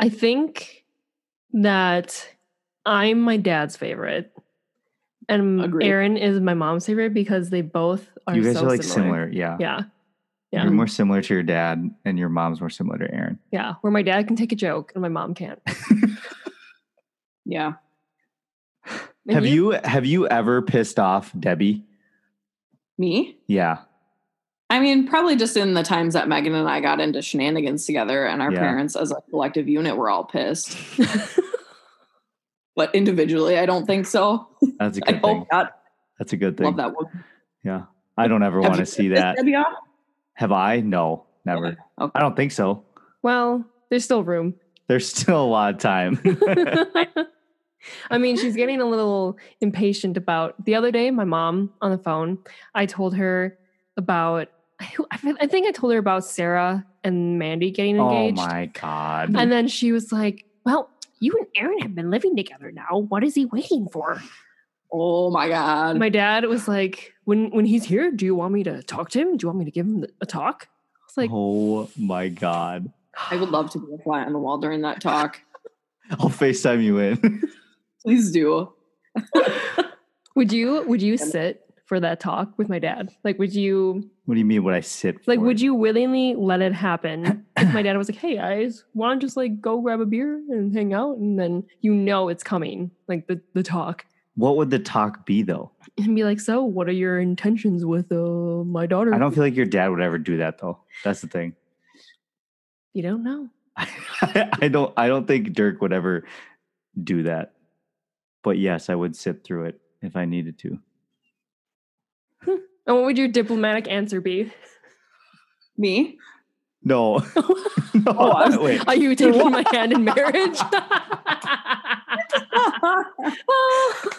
Speaker 1: I think that I'm my dad's favorite, and
Speaker 2: Agreed.
Speaker 1: Aaron is my mom's favorite because they both are.
Speaker 3: you guys
Speaker 1: so
Speaker 3: are like similar. Yeah.
Speaker 1: Yeah, yeah.
Speaker 3: You're more similar to your dad, and your mom's more similar to Aaron.
Speaker 1: yeah. Where my dad can take a joke and my mom can't. <laughs>
Speaker 2: Yeah.
Speaker 1: And
Speaker 3: have you have you ever pissed off Debbie?
Speaker 2: Me?
Speaker 3: Yeah.
Speaker 2: I mean, probably just in the times that Megan and I got into shenanigans together, and our
Speaker 3: Yeah.
Speaker 2: parents as a collective unit were all pissed. but individually, I don't think so.
Speaker 3: That's a
Speaker 2: I
Speaker 3: good thing.
Speaker 2: hope not.
Speaker 3: That's a good thing.
Speaker 2: Love that one.
Speaker 3: Yeah. I don't ever want to see that.
Speaker 2: Debbie off?
Speaker 3: Have I? No, never.
Speaker 2: Okay.
Speaker 3: I don't think so.
Speaker 1: <laughs> Well, there's still
Speaker 3: <laughs>
Speaker 1: room. <laughs>
Speaker 3: There's still a lot of time.
Speaker 1: I mean, she's getting a little impatient about the other day. My mom on the phone, I told her about. I feel- I think I told her about Sarah and Mandy getting
Speaker 3: oh
Speaker 1: engaged,
Speaker 3: my god.
Speaker 1: and then she was like, "Well, you and Aaron have been living together now. What is he waiting for?"
Speaker 2: Oh my god.
Speaker 1: My dad was like, "When when he's here, do you want me to talk to him? Do you want me to give him a talk?" I was like,
Speaker 3: oh my god.
Speaker 2: I would love to be a fly on the wall during that talk.
Speaker 3: I'll FaceTime you in. <laughs>
Speaker 2: Please do.
Speaker 3: Uh-huh.
Speaker 1: "Would you would you sit for that talk with my dad? Like, would you?"
Speaker 3: what do you mean would I sit
Speaker 1: Like, would you willingly let it
Speaker 3: <coughs>
Speaker 1: happen if my dad was like, hey guys, why don't you just like go grab a beer and hang out? And then you know it's coming, like the, the talk.
Speaker 3: what would the talk be though?
Speaker 1: And be like, so what are your intentions with uh, my daughter?
Speaker 3: I don't feel like your dad would ever do that though. That's the thing. <laughs>
Speaker 1: you don't know.
Speaker 3: I don't I don't think Dirk would ever do that. But yes, I would sit through it if I needed to.
Speaker 1: And what would your diplomatic answer be?
Speaker 2: Me? <laughs>
Speaker 3: No. <laughs> no
Speaker 2: Oh, I was-
Speaker 3: <laughs> wait.
Speaker 1: Are you taking my hand in marriage? <laughs>
Speaker 3: <laughs>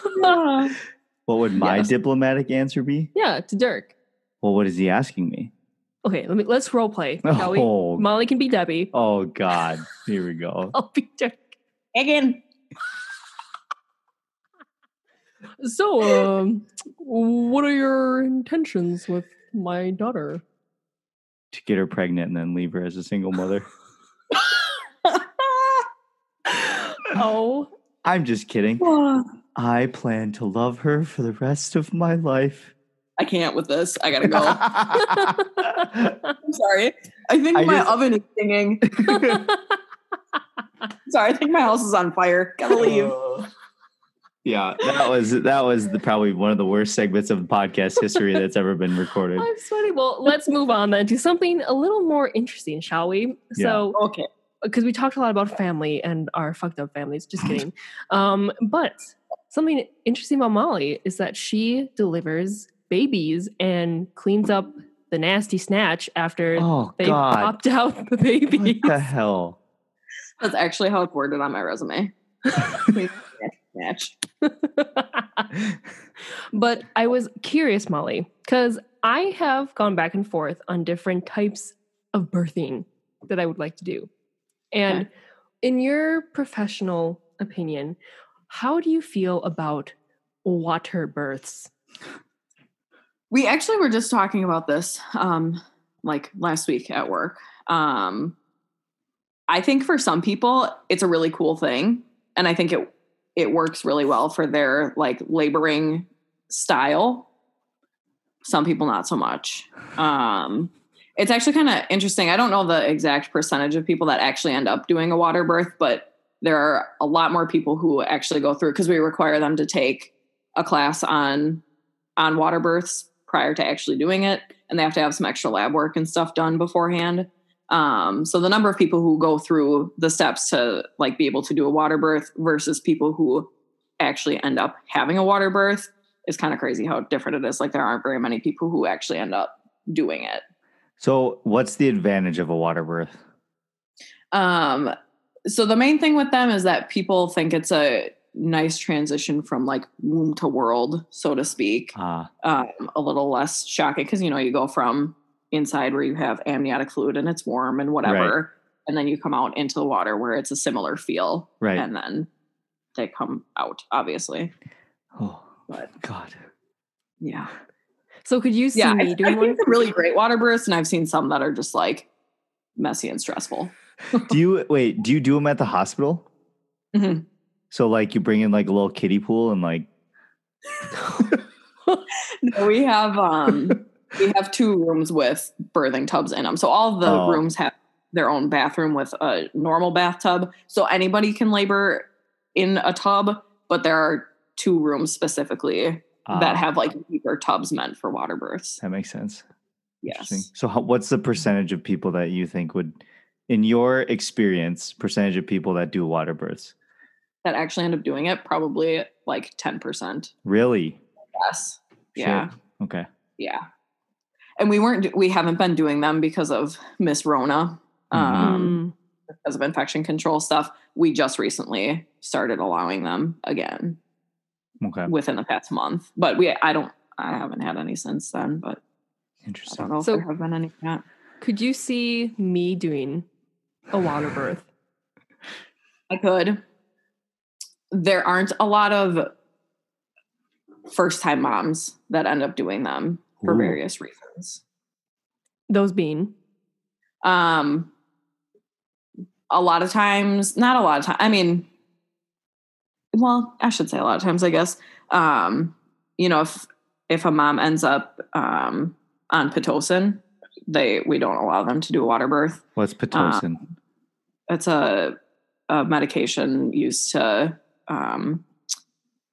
Speaker 3: What would my
Speaker 2: Yes.
Speaker 3: diplomatic answer be?
Speaker 1: yeah, to Dirk.
Speaker 3: Well, what is he asking me?
Speaker 1: Okay, let me let's role play, shall we?
Speaker 3: Oh,
Speaker 1: Molly can be Debbie.
Speaker 3: oh God. Here we go.
Speaker 1: I'll be Dirk.
Speaker 2: <laughs> Again.
Speaker 1: So, um, what are your intentions with my daughter?
Speaker 3: To get her pregnant and then leave her as a single mother.
Speaker 1: <laughs> Oh,
Speaker 3: I'm just kidding.
Speaker 2: I
Speaker 3: I plan to love her for the rest of my life.
Speaker 2: can't with this. I
Speaker 3: <laughs>
Speaker 2: gotta go.
Speaker 1: <laughs>
Speaker 3: I
Speaker 2: I'm sorry. I think
Speaker 3: I
Speaker 2: my
Speaker 3: just-
Speaker 2: oven is singing. Sorry, I think my house is on fire. Gotta leave.
Speaker 3: <laughs> Oh. Yeah, that was that was the, probably one of the worst segments of podcast history that's ever been recorded.
Speaker 1: I'm sweating. Well, let's move on then to something a little more interesting, shall we? So,
Speaker 2: Okay.
Speaker 1: because we talked a lot about family and our fucked up families, just
Speaker 3: Mm-hmm.
Speaker 1: kidding. Um, but something interesting about Molly is that she delivers babies and cleans up the nasty snatch after
Speaker 3: Oh
Speaker 1: they
Speaker 3: God! Oh
Speaker 1: popped out the
Speaker 3: What
Speaker 1: baby.
Speaker 3: the hell?
Speaker 2: That's actually how it's worded on my
Speaker 3: <laughs>
Speaker 2: resume. Match. <laughs>
Speaker 1: But I was curious, Molly, because I have gone back and forth on different types of birthing that I would like to do. And in your professional opinion, how do you feel about water births?
Speaker 2: We actually were just talking about this um like last week at work. Um I think for some people it's a really cool thing and I think it it works really well for their like laboring style. Some people not so much. Um, it's actually kind of interesting. I don't know the exact percentage of people that actually end up doing a water birth, but there are a lot more people who actually go through because we require them to take a class on on water births prior to actually doing it, and they have to have some extra lab work and stuff done beforehand. Um, so the number of people who go through the steps to like be able to do a water birth versus people who actually end up having a water birth is kind of crazy how different it is. Like there aren't very many people who actually end up doing it.
Speaker 3: So, what's the advantage of a water birth?
Speaker 2: Um, so the main thing with them is that people think it's a nice transition from like womb to world, so to speak.
Speaker 3: Ah,
Speaker 2: Um, a little less shocking because you know you go from inside where you have amniotic fluid and it's warm and whatever, and then you come out into the water where it's a similar feel,
Speaker 3: right.
Speaker 2: and then they come out. Obviously,
Speaker 3: oh,
Speaker 2: but-
Speaker 3: God.
Speaker 2: yeah,
Speaker 1: So could you see
Speaker 2: yeah. I,
Speaker 1: me
Speaker 2: I've
Speaker 1: doing
Speaker 2: seen
Speaker 1: one?
Speaker 2: some really great water bursts, and I've seen some that are just like messy and stressful.
Speaker 3: Do you wait? Do you do them at the hospital?
Speaker 2: Mhm.
Speaker 3: So, like, you bring in like a little kiddie pool and like,
Speaker 2: No, we have
Speaker 3: <laughs>
Speaker 2: um we have two rooms with birthing tubs in them. So all the
Speaker 3: Oh.
Speaker 2: rooms have their own bathroom with a normal bathtub. So anybody can labor in a tub, but there are two rooms specifically
Speaker 3: ah,
Speaker 2: that have like deeper tubs meant for water births.
Speaker 3: that makes sense. Interesting.
Speaker 2: Yes.
Speaker 3: So, how, what's the percentage of people that you think would, in your experience, percentage of people that do water births?
Speaker 2: That actually end up doing it probably like 10%.
Speaker 3: Really?
Speaker 2: Yes. Yeah.
Speaker 3: Shit. Okay.
Speaker 2: Yeah. And we weren't we haven't been doing them because of Miss Rona.
Speaker 3: Mm-hmm.
Speaker 2: Um
Speaker 1: Mm.
Speaker 2: because of infection control stuff, we just recently started allowing them again
Speaker 3: Okay.
Speaker 2: within the past month. But we, I don't, I haven't had any since then. But I
Speaker 3: Interesting.
Speaker 2: don't know if
Speaker 1: So-
Speaker 2: there have been any yet.
Speaker 1: Could you see me doing a water birth?
Speaker 2: I could. There aren't a lot of first-time moms that end up doing them for
Speaker 3: Ooh.
Speaker 2: various reasons.
Speaker 1: Those being
Speaker 2: Um, a lot of times, not a lot of times. I mean, well, I should say a lot of times, I guess. Um, you know, if if a mom ends up um, on pitocin, they we don't allow them to do a water birth.
Speaker 3: What's pitocin?
Speaker 2: It's a, a medication used to um,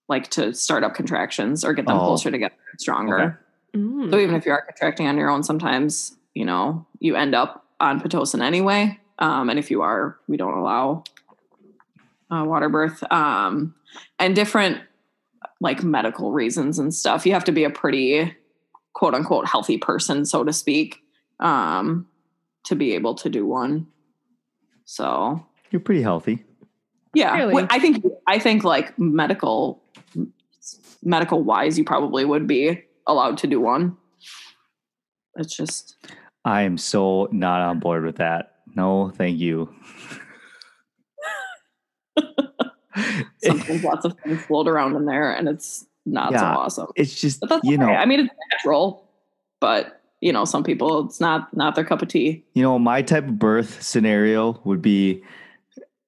Speaker 2: like to start up contractions or get them
Speaker 3: Oh.
Speaker 2: closer together, and stronger.
Speaker 3: Okay.
Speaker 1: Mm.
Speaker 2: So even if you are contracting on your own, sometimes you know you end up on pitocin anyway. Um, and if you are, we don't allow uh, water birth. Um, and different like medical reasons and stuff. You have to be a pretty quote unquote healthy person, so to speak, um, to be able to do one. So
Speaker 3: You're pretty healthy.
Speaker 2: yeah,
Speaker 1: Really?
Speaker 2: Well, I think I think like medical medical wise, you probably would be allowed to do one. It's
Speaker 3: <laughs>
Speaker 2: just
Speaker 3: I am so not on board with that. No, thank
Speaker 2: <laughs>
Speaker 3: you. <laughs>
Speaker 2: sometimes lots of things float around in there, and it's not so
Speaker 3: Yeah.
Speaker 2: awesome.
Speaker 3: it's just
Speaker 2: But that's
Speaker 3: you know
Speaker 2: okay. I mean, it's natural, but you know, some people it's not not their cup of tea.
Speaker 3: you know my type of birth scenario would be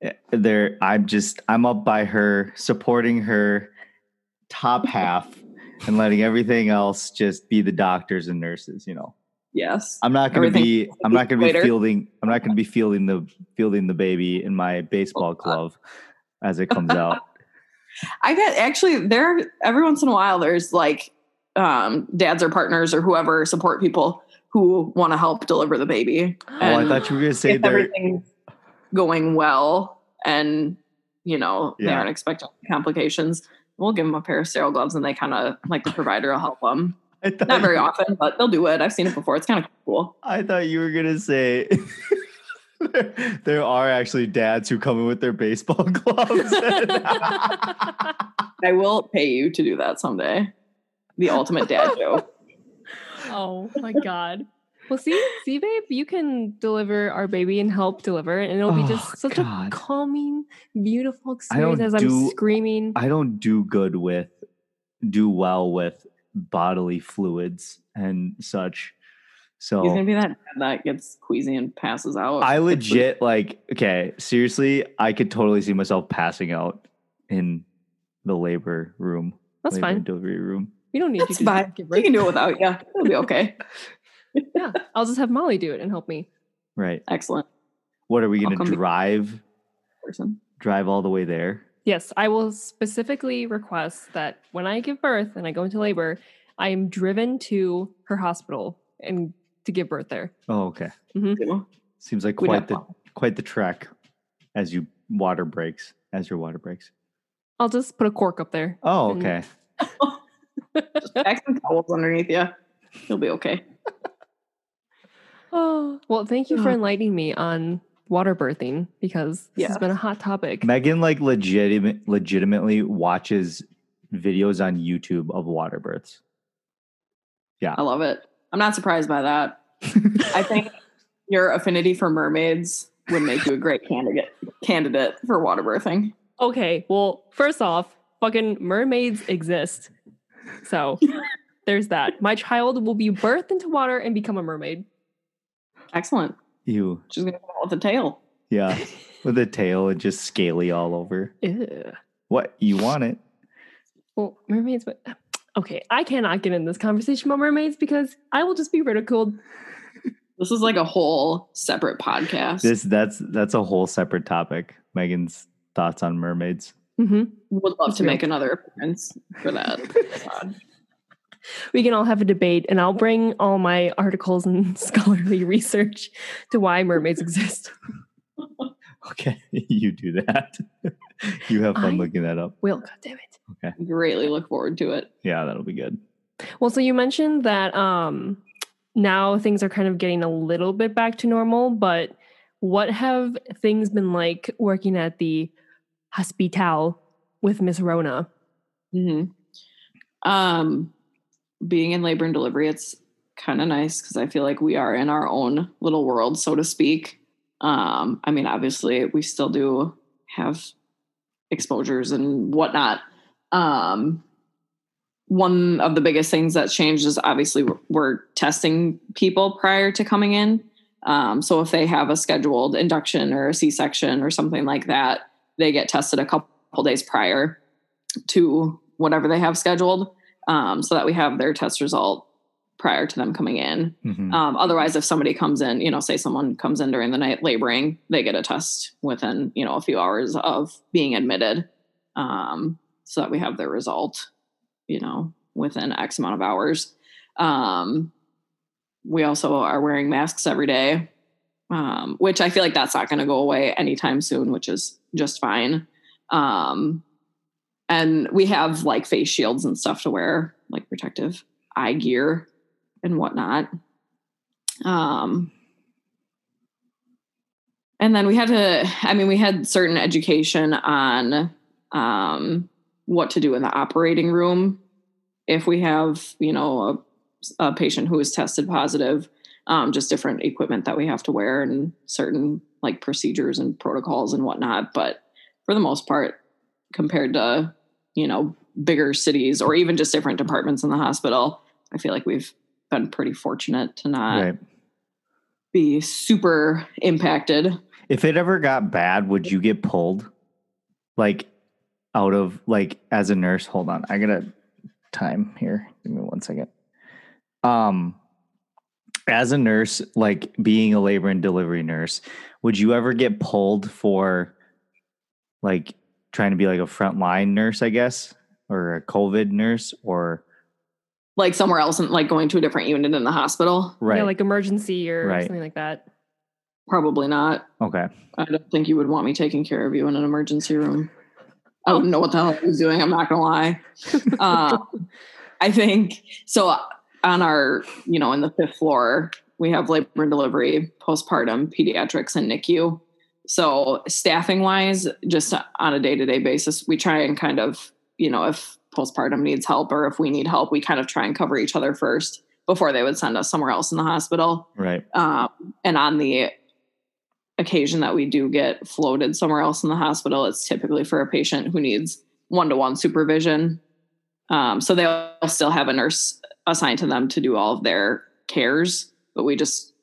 Speaker 3: eh, there. I'm just I'm up by her, supporting her
Speaker 2: <laughs>
Speaker 3: top half, and letting everything else just be the doctors and nurses. You know,
Speaker 2: Yes,
Speaker 3: I'm not going to
Speaker 2: Everything
Speaker 3: be I'm not going to be
Speaker 2: later.
Speaker 3: fielding I'm not going to be fielding the fielding the baby in my
Speaker 2: <laughs>
Speaker 3: baseball glove as it comes out.
Speaker 2: I get actually there every once in a while there's like um dads or partners or whoever support people who want to help deliver the baby.
Speaker 3: Oh, I
Speaker 2: And-
Speaker 3: thought you
Speaker 2: <laughs>
Speaker 3: were going to say
Speaker 2: if
Speaker 3: there. <laughs>
Speaker 2: everything's going well and you know they
Speaker 3: Yeah.
Speaker 2: aren't expecting complications we'll give them a pair of sterile gloves and they kind of like the provider will help them
Speaker 3: I thought,
Speaker 2: not
Speaker 3: <laughs>
Speaker 2: very
Speaker 3: you-
Speaker 2: often but they'll do it i've seen it before it's kind of cool
Speaker 3: I thought you were going to say <laughs> there, there are actually dads who come in with their baseball <laughs> gloves. <laughs>
Speaker 2: <laughs> i will pay you to do that someday the ultimate
Speaker 3: <laughs>
Speaker 2: dad joke
Speaker 4: Oh my god.
Speaker 1: Well, see, see, babe, you can deliver our baby and help deliver, it, and it'll be
Speaker 3: Oh,
Speaker 1: just such a
Speaker 3: God.
Speaker 1: calming, beautiful
Speaker 3: I don't
Speaker 1: experience as I'm
Speaker 3: do-
Speaker 1: screaming.
Speaker 3: I don't do good with, do well with bodily fluids and such. So
Speaker 2: he's gonna be that dad that gets queasy and passes out
Speaker 3: I
Speaker 2: It's
Speaker 3: legit like okay, seriously, I could totally see myself passing out in the labor room.
Speaker 1: That's
Speaker 3: labor and
Speaker 1: fine.
Speaker 3: Delivery room.
Speaker 1: We don't need
Speaker 2: That's
Speaker 1: you to
Speaker 2: fine.
Speaker 1: give
Speaker 2: You
Speaker 1: birth.
Speaker 2: can do it without. Yeah, it'll be okay.
Speaker 1: Yeah, I'll just have Molly do it and help me.
Speaker 3: Right.
Speaker 2: Excellent
Speaker 3: What are we
Speaker 2: I'll
Speaker 3: going
Speaker 2: come
Speaker 3: to
Speaker 2: be-
Speaker 3: drive? <laughs>
Speaker 2: person.
Speaker 3: Drive all the way there.
Speaker 1: Yes, I will specifically request that when I give birth and I go into labor, I am driven to her hospital and to give birth there.
Speaker 3: Oh, okay.
Speaker 2: too.
Speaker 3: Seems like
Speaker 2: We'd
Speaker 3: quite
Speaker 2: have
Speaker 3: the
Speaker 2: fun.
Speaker 3: quite the trek as you water breaks as your water breaks.
Speaker 1: I'll just put a cork up
Speaker 2: <gasps>
Speaker 1: there.
Speaker 3: Oh,
Speaker 1: Mm.
Speaker 2: Mm-hmm.
Speaker 3: okay.
Speaker 2: Just pack some towels underneath you. You'll be okay.
Speaker 1: Oh, well, thank you for
Speaker 2: Oh.
Speaker 1: enlightening me on water birthing because this has
Speaker 2: Yes.
Speaker 1: been a hot topic.
Speaker 3: Megan like legitimate legitimately watches videos on YouTube of water births.
Speaker 2: I love it. I'm not surprised by that. I think your affinity for mermaids would make you a great candidate candidate for water birthing.
Speaker 1: Okay, well, first off, fucking mermaids exist. So there's that. My child will be birthed into water and become a mermaid.
Speaker 2: Excellent.
Speaker 3: Ew.
Speaker 2: She's gonna come out with a tail.
Speaker 3: Yeah. <laughs> With a tail and just scaly all over.
Speaker 1: Ew.
Speaker 3: What you want it?
Speaker 1: Well, mermaids, but okay, I cannot get in this conversation about mermaids because I will just be ridiculed.
Speaker 2: This is like a whole separate podcast.
Speaker 3: This that's that's a whole separate topic. Megan's thoughts on mermaids.
Speaker 1: hmm
Speaker 2: would love
Speaker 1: It's
Speaker 2: to
Speaker 1: real.
Speaker 2: make another appearance for that.
Speaker 1: We can all have a debate, and I'll bring all my articles and <laughs> scholarly research to why mermaids exist.
Speaker 3: Okay, <laughs> you do that. <laughs> you have fun
Speaker 1: I-
Speaker 3: looking that up.
Speaker 1: Will, God damn it.
Speaker 2: Greatly look forward to it.
Speaker 3: Yeah, that'll be good.
Speaker 1: Well, so you mentioned that um, now things are kind of getting a little bit back to normal, but what have things been like working at the hospital with Miss Rona?
Speaker 2: hmm Um, being in labor and delivery, it's kind of nice because I feel like we are in our own little world, so to speak. Um, I mean, obviously, we still do have exposures and whatnot. Um, one of the biggest things that's changed is obviously we're, we're testing people prior to coming in. Um, so if they have a scheduled induction or a C-section or something like that, they get tested a couple days prior to whatever they have scheduled um, so that we have their test result prior to them coming in.
Speaker 3: Mhm.
Speaker 2: Um, otherwise, if somebody comes in, you know, say someone comes in during the night laboring, they get a test within, you know, a few hours of being admitted um, so that we have their result, you know, within X amount of hours. Um, we also are wearing masks every day, um, which I feel like that's not going to go away anytime soon, which is just fine. Um, and we have like face shields and stuff to wear, like protective eye gear and whatnot. Um, and then we had to, I mean, we had certain education on um, what to do in the operating room if we have, you know, a, a patient who is tested positive, um, just different equipment that we have to wear and certain like procedures and protocols and whatnot. But for the most part, compared to, you know, bigger cities or even just different departments in the hospital, I feel like we've been pretty fortunate to not
Speaker 3: right.
Speaker 2: be super impacted.
Speaker 3: If it ever got bad, would you get pulled? Like out of like as a nurse, hold on. I gotta time here. Give me one second. Um as a nurse, like being a labor and delivery nurse, would you ever get pulled for like trying to be like a frontline nurse, I guess, or a COVID nurse or
Speaker 2: Like somewhere else and like going to a different unit in the hospital?
Speaker 3: right.
Speaker 1: Yeah, like emergency or
Speaker 3: Right.
Speaker 1: something like that.
Speaker 2: Probably not.
Speaker 3: okay.
Speaker 2: I don't think you would want me taking care of you in an emergency room. I wouldn't know what the hell I was doing. I'm not gonna lie. Um, I think so. On our, you know, in the fifth floor, we have labor and delivery, postpartum, pediatrics, and NICU. So staffing wise, just on a day to day basis, we try and kind of, you know, if postpartum needs help or if we need help, we kind of try and cover each other first before they would send us somewhere else in the hospital
Speaker 3: Right.
Speaker 2: um, and on the occasion that we do get floated somewhere else in the hospital it's typically for a patient who needs one-to-one supervision um, so they'll still have a nurse assigned to them to do all of their cares but we just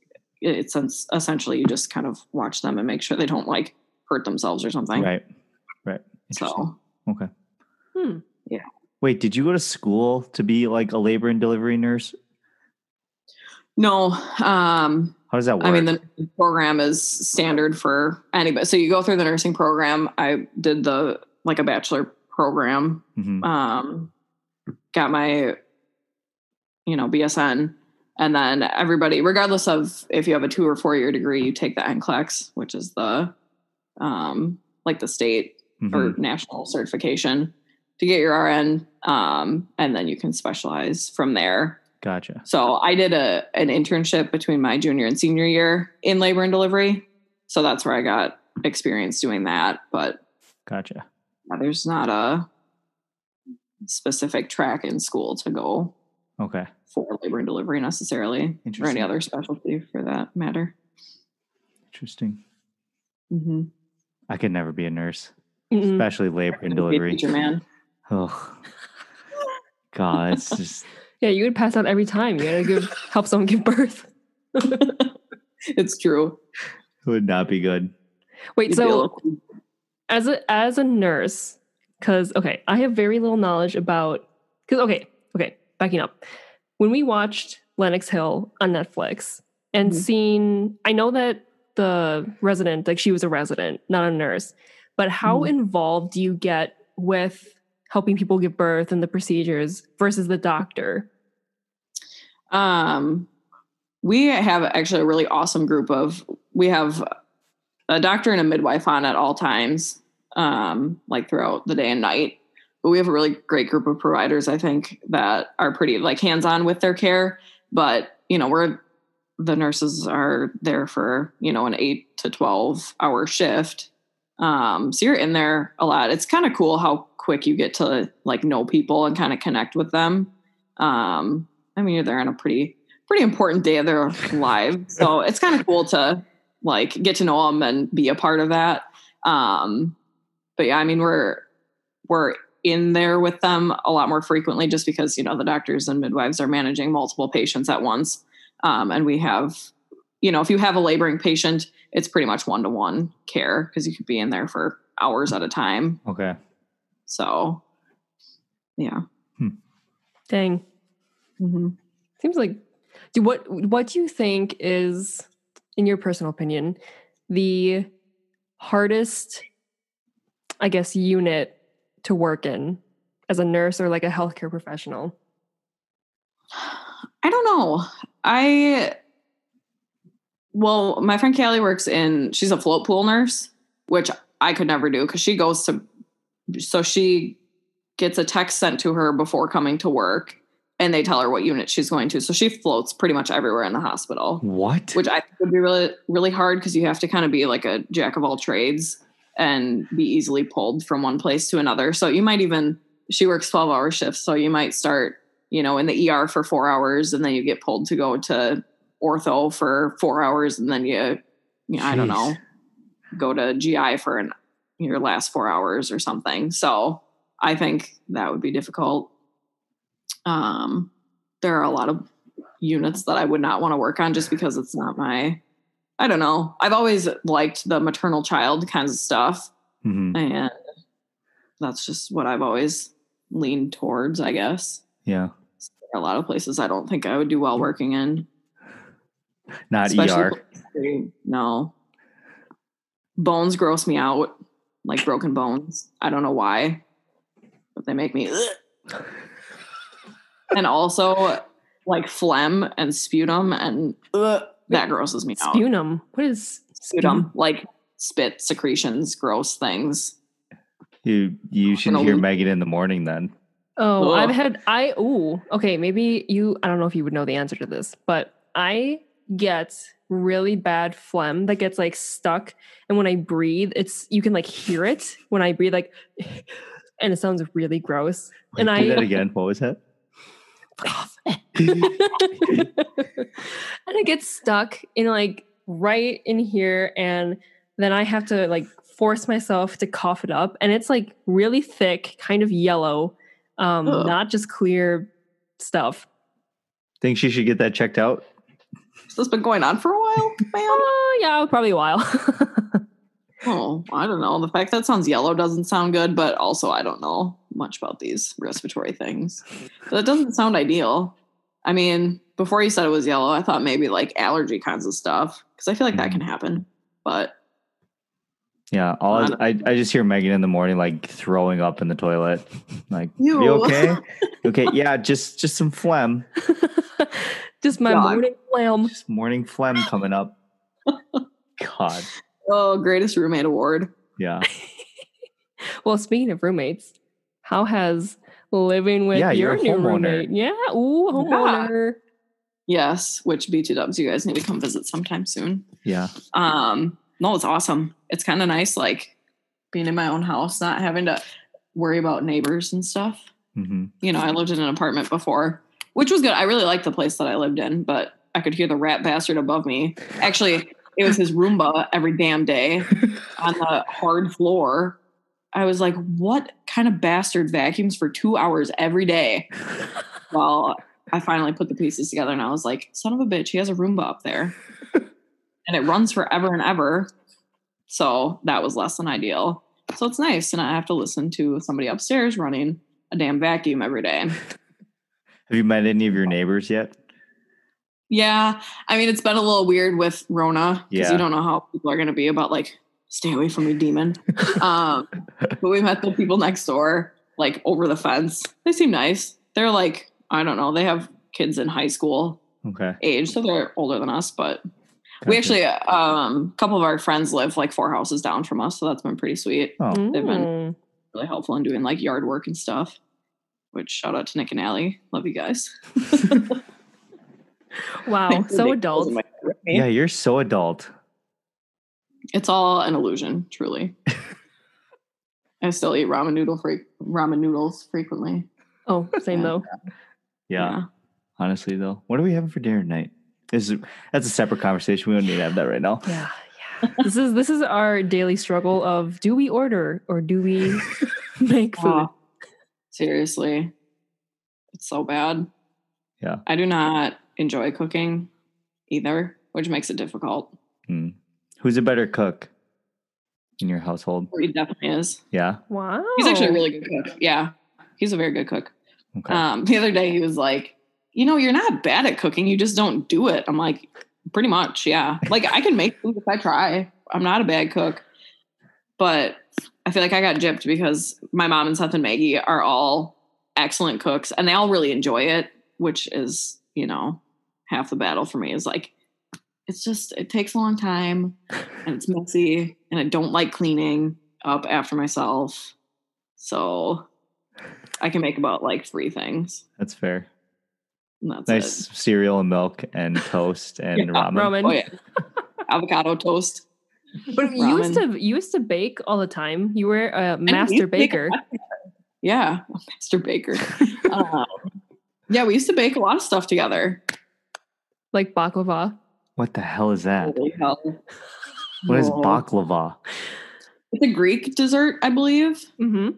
Speaker 2: it's es- essentially you just kind of watch them and make sure they don't like hurt themselves or something
Speaker 3: Right. Right. Interesting.
Speaker 2: so
Speaker 3: Okay.
Speaker 1: Hmm.
Speaker 3: Wait, did you go to school to be like a labor and delivery nurse?
Speaker 2: No, um,
Speaker 3: How does that work?
Speaker 2: I mean the program is standard for anybody. So you go through the nursing program. I did the like a bachelor program.
Speaker 3: Mhm.
Speaker 2: Um, got my, you know, BSN, and then everybody, regardless of if you have a two or four year degree, you take the NCLEX, E which is the, um, like the state
Speaker 3: Mhm.
Speaker 2: or national certification to get your RN, um, and then you can specialize from there.
Speaker 3: Gotcha.
Speaker 2: So I did a an internship between my junior and senior year in labor and delivery. So that's where I got experience doing that. But
Speaker 3: Gotcha.
Speaker 2: yeah, there's not a specific track in school to go
Speaker 3: Okay.
Speaker 2: for labor and delivery necessarily, or
Speaker 3: Interesting.
Speaker 2: any other specialty for that matter.
Speaker 3: Interesting.
Speaker 2: Mm-hmm.
Speaker 3: I could never be a nurse,
Speaker 1: Mm-mm.
Speaker 3: especially labor and delivery.
Speaker 2: teacher man.
Speaker 3: Oh, God, it's just
Speaker 1: Yeah, you would pass out every time. You gotta
Speaker 3: <laughs>
Speaker 1: give help someone give birth.
Speaker 2: <laughs> It's true.
Speaker 3: it would not be good.
Speaker 1: Wait,
Speaker 2: You'd be a
Speaker 1: so
Speaker 2: little-
Speaker 1: as a as a nurse because okay i have very little knowledge about because okay okay backing up when we watched lennox hill on netflix and
Speaker 2: Mhm.
Speaker 1: seen i know that the resident like she was a resident not a nurse but how
Speaker 2: Mhm.
Speaker 1: involved do you get with helping people give birth and the procedures versus the doctor
Speaker 2: Um, we have actually a really awesome group of we have a doctor and a midwife on at all times, um, like throughout the day and night. But we have a really great group of providers, I think, that are pretty like hands on with their care. But you know, we're the nurses are there for you know an eight to twelve hour shift. Um, so you're in there a lot. It's kind of cool how quick you get to like know people and kind of connect with them. Um, I mean, you're there on a pretty pretty important day of their life, so it's kind of cool to like get to know them and be a part of that. Um, but yeah, I mean, we're we're in there with them a lot more frequently just because you know the doctors and midwives are managing multiple patients at once, um, and we have you know if you have a laboring patient, it's pretty much one to one care because you could be in there for hours at a time.
Speaker 3: Okay.
Speaker 2: So yeah.
Speaker 1: dang
Speaker 2: Mhm.
Speaker 1: Seems like do what what do you think is in your personal opinion the hardest I guess unit to work in as a nurse or like a healthcare professional?
Speaker 2: I don't know. I well, my friend Callie works in she's a float pool nurse, which I could never do because she goes to so she gets a text sent to her before coming to work and they tell her what unit she's going to. So she floats pretty much everywhere in the
Speaker 3: Hmm.
Speaker 2: hospital
Speaker 3: What?
Speaker 2: which I think would be really really hard because you have to kind of be like a jack of all trades and be easily pulled from one place to another. So you might even she works 12 hour shifts, so you might start, you know, in the ER for 4 hours and then you get pulled to go to ortho for 4 hours and then you, you know, I don't
Speaker 3: Jeez.
Speaker 2: know, go to GI for an your last 4 hours or something. So I think that would be difficult. Um there are a lot of units that I would not want to work on just because it's not my I don't know. I've always liked the maternal child kinds of stuff
Speaker 3: Mhm.
Speaker 2: and that's just what I've always leaned towards, I guess.
Speaker 3: Yeah.
Speaker 2: There are a lot of places I don't think I would do well working in.
Speaker 3: Not
Speaker 2: Especially-
Speaker 3: ER.
Speaker 2: No. Bones gross me out, like broken bones. I don't know why, but they make me. ugh. and also, like phlegm and sputum, and ugh, that grosses me out.
Speaker 1: Sputum. What is
Speaker 2: Sputum, like spit secretions, gross things.
Speaker 3: You you should
Speaker 2: gonna
Speaker 3: hear
Speaker 2: leak.
Speaker 3: Megan in the morning then.
Speaker 1: Oh, I've
Speaker 2: Ugh.
Speaker 1: had I ooh, okay, maybe you I don't know if you would know the answer to this, but I get really bad phlegm that gets like stuck and when I breathe, it's you can like hear it when I breathe like <sighs> and it sounds really gross.
Speaker 3: Wait,
Speaker 1: And
Speaker 3: do that
Speaker 1: I
Speaker 3: again. What was that? <laughs>
Speaker 1: and it gets stuck in like right in here and then I have to like force myself to cough it up and it's like really thick, kind of yellow, um
Speaker 2: Ugh.
Speaker 1: not just clear stuff.
Speaker 3: Think she should get that checked out?
Speaker 2: This has been going on for a while, man.
Speaker 1: Oh yeah, probably a while.
Speaker 2: Oh, I don't know. The fact that sounds yellow doesn't sound good, but also I don't know much about these respiratory things. So that doesn't sound ideal. I mean, before you said it was yellow, I thought maybe like allergy kinds of stuff because I feel like that can happen. But
Speaker 3: Yeah, all
Speaker 2: Uh,
Speaker 3: I, I, I just hear Megan in the morning like throwing up in the toilet. <laughs> Like,
Speaker 2: Ew.
Speaker 3: you
Speaker 2: <laughs>
Speaker 3: okay? You okay, yeah, just just some phlegm,
Speaker 1: <laughs> Just my
Speaker 2: God.
Speaker 1: morning lamb.
Speaker 3: just morning phlegm
Speaker 2: <laughs>
Speaker 3: coming up. God,
Speaker 2: oh, greatest roommate award.
Speaker 3: yeah,
Speaker 1: Well, speaking of roommates, how has living with
Speaker 3: Yeah,
Speaker 1: your
Speaker 3: you're a
Speaker 1: new
Speaker 3: homeowner.
Speaker 1: roommate? Yeah, ooh, homeowner.
Speaker 2: Yes, which BT Dubs, you guys need to come visit sometime soon.
Speaker 3: yeah.
Speaker 2: Um, no, it's awesome. It's kind of nice, like being in my own house, not having to worry about neighbors and stuff.
Speaker 3: hmm
Speaker 2: you know, I lived in an apartment before, which was good. I really liked the place that I lived in, but I could hear the rat bastard above me. Actually, it was his Roomba every damn day on the hard floor. I was like, what kind of bastard vacuums for two hours every day? Well, I finally put the pieces together and I was like, son of a bitch, he has a Roomba up there. And it runs forever and ever. So that was less than ideal. So it's nice. And I have to listen to somebody upstairs running a damn vacuum every day.
Speaker 3: Have you met any of your neighbors yet?
Speaker 2: Yeah. I mean, it's been a little weird with Rona because
Speaker 3: Yeah.
Speaker 2: you don't know how people are going to be about like, stay away from me,
Speaker 3: <laughs>
Speaker 2: demon. um, but we met the people next door, like over the fence. They seem nice. They're like, I don't know, they have kids in high school
Speaker 3: Okay,
Speaker 2: age, so they're older than us, but we
Speaker 3: gotcha.
Speaker 2: actually, um, a couple of our friends live like four houses down from us. So that's been pretty sweet.
Speaker 3: Oh,
Speaker 2: They've
Speaker 1: Mm.
Speaker 2: been- Really helpful in doing like yard work and stuff, which shout out to Nick and Allie. Love you guys.
Speaker 3: <laughs>
Speaker 2: <laughs>
Speaker 1: Wow, Oh, so adult.
Speaker 3: yeah, you're so adult.
Speaker 2: It's all an illusion,
Speaker 3: <laughs>
Speaker 2: truly. I still eat ramen noodle fre- ramen noodles frequently.
Speaker 1: Oh, same
Speaker 2: Yeah.
Speaker 1: though.
Speaker 3: yeah. <laughs> honestly though. What are we having for dinner tonight? This is that's a separate conversation. We don't need to have that
Speaker 2: <laughs>
Speaker 3: right now.
Speaker 1: Yeah, <sighs> yeah. this is this is our daily struggle of do we order or do <laughs> we make food?
Speaker 2: Wow. seriously, it's so bad.
Speaker 3: Yeah.
Speaker 2: I do not enjoy cooking either, which makes it difficult.
Speaker 3: Hmm. Who's a better cook in your household?
Speaker 2: He definitely is.
Speaker 3: Yeah.
Speaker 1: Wow.
Speaker 2: He's actually a really good cook. Yeah, he's a very good cook.
Speaker 3: Okay.
Speaker 2: Um, the other day he was like, you know, you're not bad at cooking, you just don't do it. I'm like, pretty much, yeah. Like I can make food if I try. I'm not a bad cook. But I feel like I got gypped because my mom and Seth and Maggie are all excellent cooks and they all really enjoy it, which is, you know, half the battle for me is like it's just it takes a long time and it's messy and I don't like cleaning up after myself. So I can make about like three things.
Speaker 3: that's fair.
Speaker 2: And that's it.
Speaker 3: Nice cereal and milk
Speaker 2: <laughs>
Speaker 3: and toast and
Speaker 2: Yeah,
Speaker 3: ramen.
Speaker 1: ramen.
Speaker 2: Oh yeah. <laughs> Avocado toast.
Speaker 1: But you used
Speaker 2: Ramen.
Speaker 1: to you used to bake all the time. You were a
Speaker 2: And we
Speaker 1: master
Speaker 2: used to bake
Speaker 1: baker.
Speaker 2: a lot of- Yeah, <laughs> a master baker. Um, yeah, we used to bake a lot of stuff together.
Speaker 1: like baklava.
Speaker 3: What the hell is that?
Speaker 2: Holy hell.
Speaker 3: What is
Speaker 2: Whoa.
Speaker 3: baklava?
Speaker 2: It's a Greek dessert, I believe.
Speaker 1: Mm-hmm.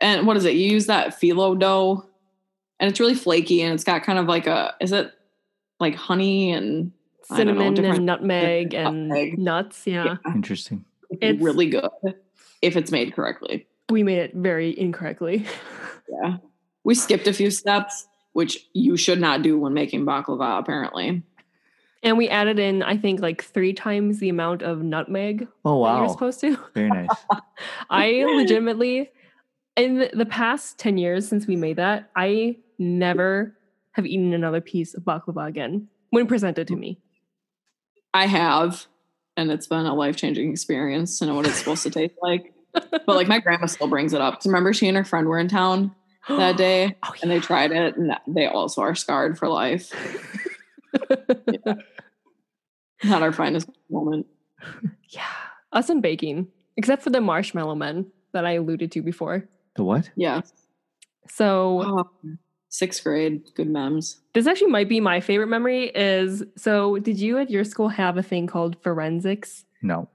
Speaker 2: And what is it? You use that phyllo dough, and it's really flaky, and it's got kind of like a is it like honey and I don't know,
Speaker 1: Cinnamon
Speaker 2: different-
Speaker 1: and nutmeg and
Speaker 2: Nutmeg.
Speaker 1: nuts. Yeah. It's-
Speaker 3: Interesting.
Speaker 2: it's really good if it's made correctly.
Speaker 1: we made it very incorrectly. <laughs>
Speaker 2: Yeah. We skipped a few steps, which you should not do when making baklava, apparently.
Speaker 1: And we added in, I think, like three times the amount of nutmeg
Speaker 3: Oh
Speaker 1: that you're
Speaker 3: wow.
Speaker 1: supposed to.
Speaker 3: Very nice.
Speaker 2: <laughs>
Speaker 1: I legitimately, in the- the past 10 years since we made that, I never have eaten another piece of baklava again when presented to me.
Speaker 2: I have, and it's been a life changing experience to know what it's supposed to taste like. But like my grandma still brings it up. 'Cause Remember, she and her friend were in town <gasps>
Speaker 1: <gasps>
Speaker 2: that day
Speaker 1: Oh,
Speaker 2: and they tried it, and they also are scarred for life. Not our finest moment.
Speaker 1: <gasps> yeah. Us and baking, except for the marshmallow men that I alluded to before.
Speaker 3: The what?
Speaker 2: Yeah.
Speaker 1: So
Speaker 2: Oh, sixth grade, good memes.
Speaker 1: This actually might be my favorite memory is so did you at your school have a thing called forensics?
Speaker 3: No.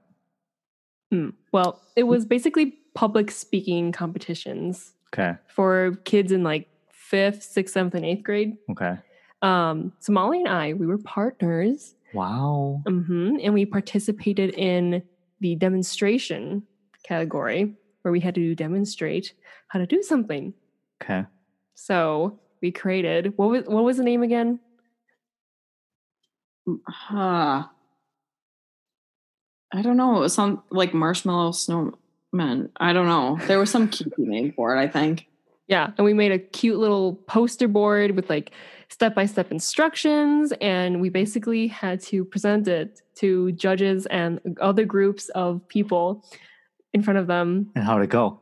Speaker 1: Hmm. Well, it was basically public speaking competitions
Speaker 3: Okay.
Speaker 1: for kids in like fifth, sixth, seventh, and eighth grade.
Speaker 3: Okay.
Speaker 1: Um, so Molly and I, we were partners
Speaker 3: Wow.
Speaker 1: hmm and we participated in the demonstration category where we had to demonstrate how to do something.
Speaker 3: Okay.
Speaker 1: So we created what was what was the name again?
Speaker 2: Huh. I don't know. It was some like marshmallow snowman. I don't know. There was some cute name for it, I think.
Speaker 1: Yeah, and we made a cute little poster board with like step by step instructions, and we basically had to present it to judges and other groups of people in front of them.
Speaker 3: <laughs> And how'd it go?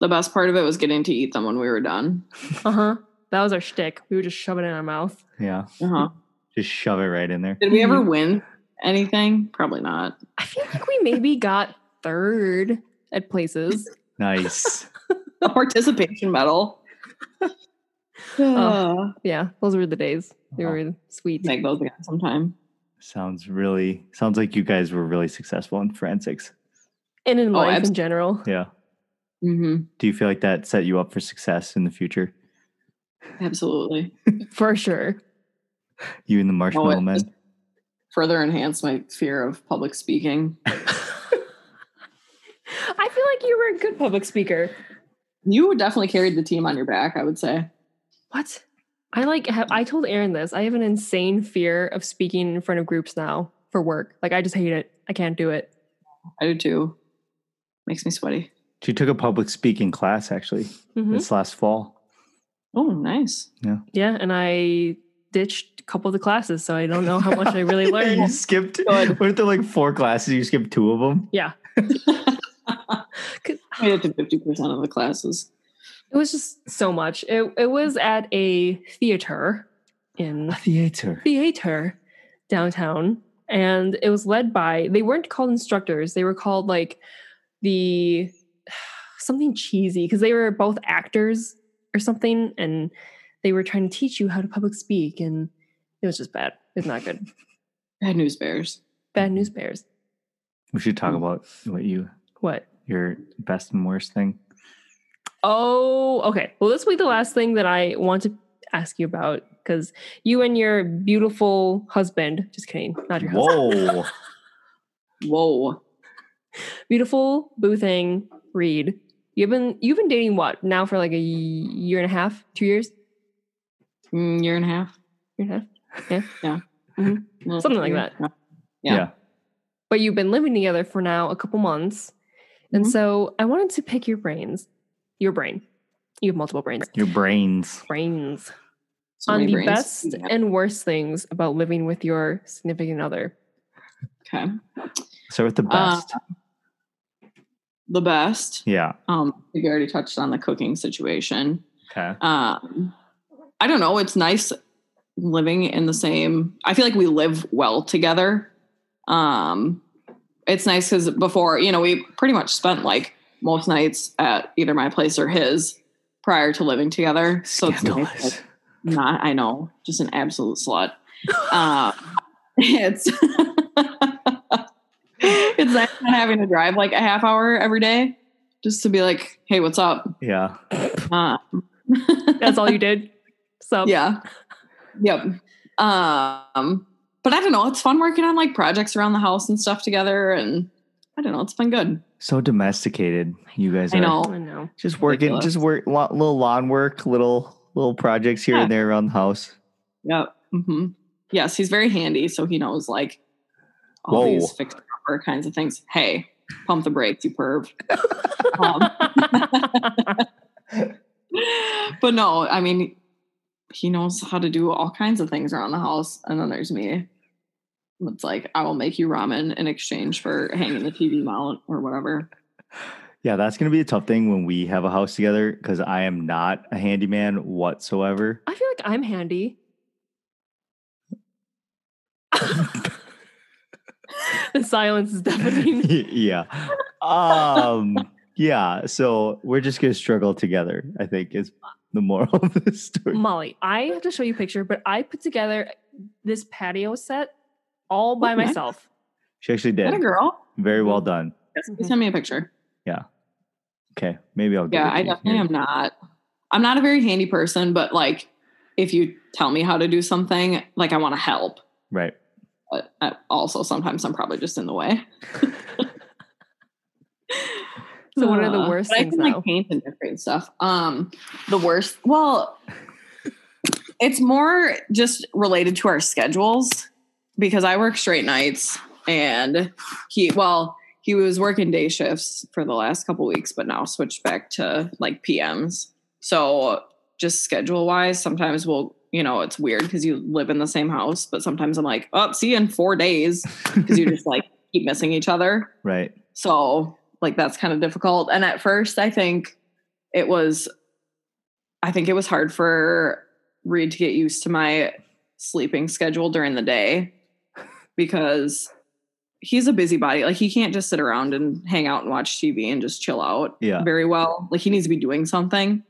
Speaker 2: The best part of it was getting to eat them when we were done.
Speaker 1: Uh huh. That was our shtick. We would just shove it in our mouth.
Speaker 3: Yeah.
Speaker 2: Uh-huh.
Speaker 3: Just shove it right in there.
Speaker 2: Did we
Speaker 1: Hmm.
Speaker 2: ever win anything? Probably not.
Speaker 1: I feel like we maybe got third at places.
Speaker 3: Nice.
Speaker 2: The participation medal.
Speaker 1: Oh. Yeah, those were the days. They
Speaker 2: Uh-huh.
Speaker 3: Wow.
Speaker 1: were sweet.
Speaker 2: Make those again sometime.
Speaker 3: sounds really sounds like you guys were really successful in forensics.
Speaker 1: And in
Speaker 2: Oh,
Speaker 1: life in
Speaker 2: abs-
Speaker 1: general.
Speaker 3: Yeah.
Speaker 2: Mm-hmm.
Speaker 3: Do you feel like that set you up for success in the future?
Speaker 2: Absolutely.
Speaker 1: For sure.
Speaker 3: You and the marshmallow
Speaker 2: it-
Speaker 3: men.
Speaker 2: Further enhance my fear of public speaking.
Speaker 1: I feel like you were a good public speaker.
Speaker 2: You definitely carried the team on your back, I would say.
Speaker 1: What? I like have, I told Aaron this. I have an insane fear of speaking in front of groups now for work. Like I just hate it. I can't do it.
Speaker 2: I do too. Makes me sweaty.
Speaker 3: She took a public speaking class actually
Speaker 2: Mm-hmm.
Speaker 1: Mhm.
Speaker 3: this last fall.
Speaker 1: <laughs>
Speaker 2: Oh, nice.
Speaker 1: Yeah, and I ditched a couple of the classes, so I don't know how much I
Speaker 2: <laughs>
Speaker 1: really
Speaker 3: you
Speaker 1: learned.
Speaker 3: skipped
Speaker 2: Good.
Speaker 3: weren't there like four classes? You skipped two of them?
Speaker 2: I did to 50% of the classes.
Speaker 1: It was just so much. It it was at a theater in
Speaker 3: Theater.
Speaker 1: theater downtown and it was led by they weren't called instructors they were called like the <sighs> something cheesy because they were both actors or something and they were trying to teach you how to public speak and it was just bad it's not good
Speaker 2: Bad news bears.
Speaker 1: bad news bears
Speaker 3: We should talk about what you
Speaker 1: what
Speaker 3: your best and worst thing.
Speaker 1: oh okay well this will be the last thing that i want to ask you about because you and your beautiful husband just kidding not your husband
Speaker 3: Whoa.
Speaker 2: Whoa.
Speaker 1: beautiful boo thing reed you've been you've been dating what now for like a year and a half two years
Speaker 2: Mm, year and a half.
Speaker 1: year and a half
Speaker 2: Little-
Speaker 1: Something like that.
Speaker 2: Yeah.
Speaker 1: but you've been living together for now a couple months and
Speaker 2: Mhm.
Speaker 1: so i wanted to pick your brains your brain you have multiple brains
Speaker 3: Your brains.
Speaker 1: brains
Speaker 2: So
Speaker 1: on
Speaker 2: many
Speaker 1: the
Speaker 2: brains.
Speaker 1: best and worst things about living with your significant other
Speaker 2: Okay.
Speaker 3: Start with the best.
Speaker 2: The best.
Speaker 3: yeah.
Speaker 2: Um, we already touched on the cooking situation.
Speaker 3: Okay.
Speaker 2: Um, I don't know. It's nice living in the same. I feel like we live well together. Um, it's nice because before, you know, we pretty much spent like most nights at either my place or his prior to living together. So it's nice, like,
Speaker 3: Scandalous.
Speaker 2: not i know just an absolute slut uh, <laughs> it's <laughs> it's like not having to drive like a half hour every day just to be like hey what's up
Speaker 3: Yeah.
Speaker 2: uh,
Speaker 1: that's
Speaker 2: <laughs>
Speaker 1: all you did so
Speaker 2: yeah yep um but i don't know it's fun working on like projects around the house and stuff together and i don't know it's been good
Speaker 3: So domesticated you guys are.
Speaker 2: i know
Speaker 1: i know
Speaker 3: Just working,
Speaker 2: Ridiculous.
Speaker 3: just work, lo- little lawn work, little little projects here
Speaker 2: Yeah.
Speaker 3: and there around the house.
Speaker 2: Yep. hmm Yes, he's very handy, so he knows like all
Speaker 3: Whoa.
Speaker 2: these fixed upper kinds of things. Hey, pump the brakes, you perv.
Speaker 1: <laughs>
Speaker 2: <laughs> Um, but no, I mean, he knows how to do all kinds of things around the house, and then there's me. It's like I will make you ramen in exchange for hanging the TV mount or whatever.
Speaker 3: Yeah, that's gonna be a tough thing when we have a house together because I am not a
Speaker 2: <laughs>
Speaker 3: handyman whatsoever.
Speaker 1: i feel like i'm handy the silence is deafening
Speaker 3: <laughs> yeah. Um. Yeah. So we're just gonna struggle together. I think is the moral of this
Speaker 2: Mm.
Speaker 3: story.
Speaker 1: Molly, I have to show you a picture, but I put together this patio set all by
Speaker 2: Oh, nice.
Speaker 1: myself.
Speaker 3: She actually
Speaker 2: Is that a
Speaker 3: did.
Speaker 2: girl?
Speaker 3: Very well done.
Speaker 2: Yes, please Send me a picture.
Speaker 3: Okay. Maybe I'll. give
Speaker 2: Yeah,
Speaker 3: it to
Speaker 2: I
Speaker 3: you
Speaker 2: definitely
Speaker 3: here.
Speaker 2: am not. I'm not a very handy person, but like if you tell me how to do something, like I want to help.
Speaker 3: Right.
Speaker 2: but I- also sometimes I'm probably just in the way.
Speaker 1: <laughs> So what are the
Speaker 2: Uh,
Speaker 1: worst
Speaker 2: but
Speaker 1: things
Speaker 2: I can
Speaker 1: now?
Speaker 2: like paint and decorate and stuff. Um, the worst. Well, it's more just related to our schedules because I work straight nights, and he well he was working day shifts for the last couple weeks, but now switched back to like PMs. So just schedule wise, sometimes we'll you know it's weird because you live in the same house, but sometimes I'm like, oh, see you in four days because you just like keep missing each other.
Speaker 3: Right.
Speaker 2: So, like, that's kind of difficult. And at first, I think it was, I think it was hard for Reed to get used to my sleeping schedule during the day because he's a busybody. Like, he can't just sit around and hang out and watch TV and just chill out
Speaker 3: Yeah.
Speaker 2: very well. Like, he needs to be doing something.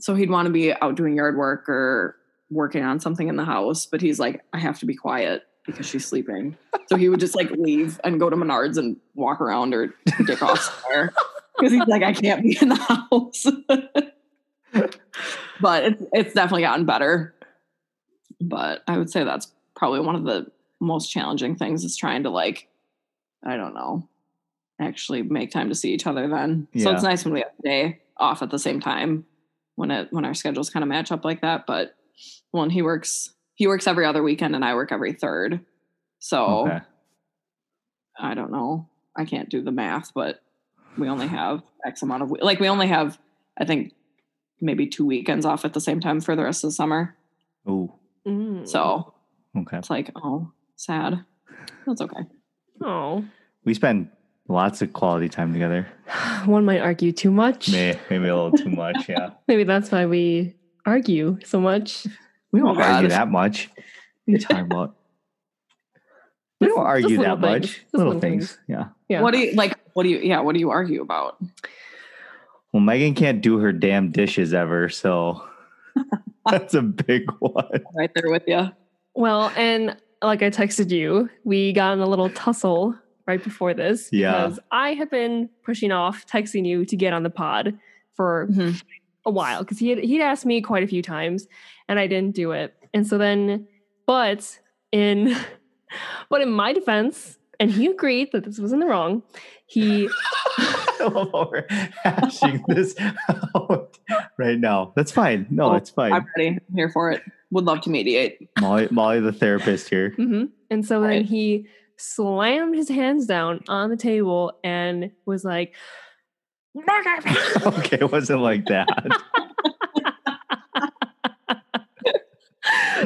Speaker 2: So, he'd want to be out doing yard work or working on something in the house. But he's like, I have to be quiet because she's sleeping. So he would just like leave and go to Menards and walk around or dick off somewhere because he's like, I can't be in the house. but it's it's definitely gotten better. But I would say that's probably one of the most challenging things is trying to like, I don't know, actually make time to see each other. Then so
Speaker 3: Yeah.
Speaker 2: it's nice when we have a day off at the same time when it when our schedules kind of match up like that. But when he works he works every other weekend and I work every third. So
Speaker 3: Okay.
Speaker 2: I don't know. I can't do the math, but we only have X amount of like we only have I think maybe two weekends off at the same time for the rest of the summer.
Speaker 3: Ooh.
Speaker 1: Mm.
Speaker 2: So
Speaker 3: Okay.
Speaker 2: it's like oh sad. That's okay.
Speaker 1: oh, <sighs>
Speaker 3: We spend lots of quality time together.
Speaker 1: one might argue too much.
Speaker 3: May, maybe a little too much. Yeah.
Speaker 1: Maybe that's why we argue so much.
Speaker 3: We don't
Speaker 2: Oh, God.
Speaker 3: argue that much. What are you talking about? <laughs> We
Speaker 1: Just-
Speaker 3: don't argue
Speaker 1: just little
Speaker 3: that much.
Speaker 1: things. Just
Speaker 3: Little
Speaker 1: little
Speaker 3: things. Yeah.
Speaker 1: Yeah.
Speaker 2: What do you like what do you yeah, what do you argue about?
Speaker 3: Well, Megan can't do her damn dishes ever, so that's a big one. <laughs>
Speaker 2: Right there with you.
Speaker 1: Well, and like I texted you, we got in a little tussle right before this
Speaker 3: Yeah.
Speaker 1: because I have been pushing off texting you to get on the pod for a while because he had, he'd asked me quite a few times and I didn't do it. And so then, but in <laughs> but in my defense, and he agreed that this was in the wrong.
Speaker 3: <laughs>
Speaker 1: He
Speaker 3: I love how we're hashing this out right now. That's fine. No,
Speaker 2: Oh,
Speaker 3: it's fine.
Speaker 2: I'm ready. I'm here for it. Would love to mediate.
Speaker 3: Molly, Molly, the therapist
Speaker 1: <laughs>
Speaker 3: here. <laughs>
Speaker 1: Mhm. and so then
Speaker 2: Right.
Speaker 1: he slammed his hands down on the table and was like,
Speaker 3: Okay, it wasn't like that.
Speaker 1: <laughs>
Speaker 3: <laughs>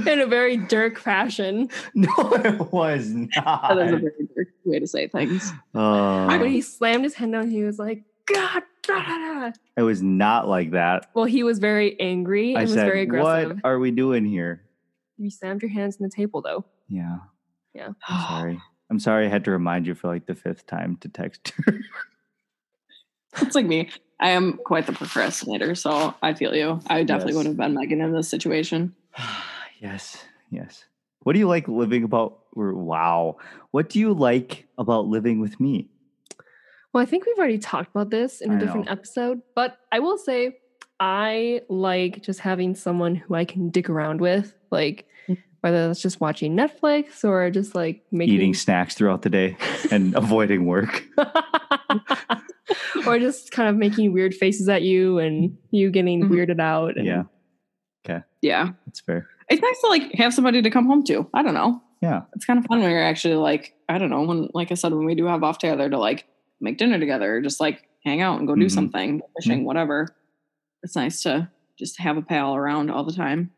Speaker 1: in a very Dirk fashion.
Speaker 3: No, it was
Speaker 2: That is a
Speaker 3: not.
Speaker 2: very weird way to say things. <sighs>
Speaker 1: But
Speaker 3: Oh,
Speaker 1: he slammed his hand down. He was like, God. da, da, da."
Speaker 3: it was not like that.
Speaker 1: Well, he was very angry and
Speaker 3: I
Speaker 1: was
Speaker 3: said,
Speaker 1: very aggressive.
Speaker 3: "What are we doing here?"
Speaker 1: You slammed your hands on the table, though.
Speaker 3: Yeah,
Speaker 1: <sighs>
Speaker 3: I'm
Speaker 2: I
Speaker 3: sorry. I'm sorry. I had to remind you for like the fifth time to text her. <laughs>
Speaker 1: <sighs>
Speaker 2: It's like me. I am quite the procrastinator, so I feel you. I definitely
Speaker 3: Yes.
Speaker 2: would have been Megan in this situation.
Speaker 3: yes, yes. What do you like living about? Or, wow. What do you like about living with me?
Speaker 1: Well, I think we've already talked about this in a
Speaker 3: I
Speaker 1: different
Speaker 3: know.
Speaker 1: episode, but I will say I like just having someone who I can dick around with, like
Speaker 3: Mm.
Speaker 1: whether that's just watching Netflix or just like making
Speaker 3: Eating snacks throughout the day and avoiding work.
Speaker 1: <laughs> or just kind of making weird faces at you and you getting
Speaker 2: Mhm.
Speaker 1: weirded out. And
Speaker 3: Mm-hmm. Yeah,
Speaker 2: Yeah.
Speaker 3: that's fair.
Speaker 2: It's nice to like have somebody to come home to. I don't know.
Speaker 3: Yeah.
Speaker 2: It's kind of fun when you're actually like, I don't know, when like I said, when we do have off together to like make dinner together or just like hang out and go do
Speaker 3: Mhm.
Speaker 2: something, go fishing, whatever. It's nice to just have a pal around all the time.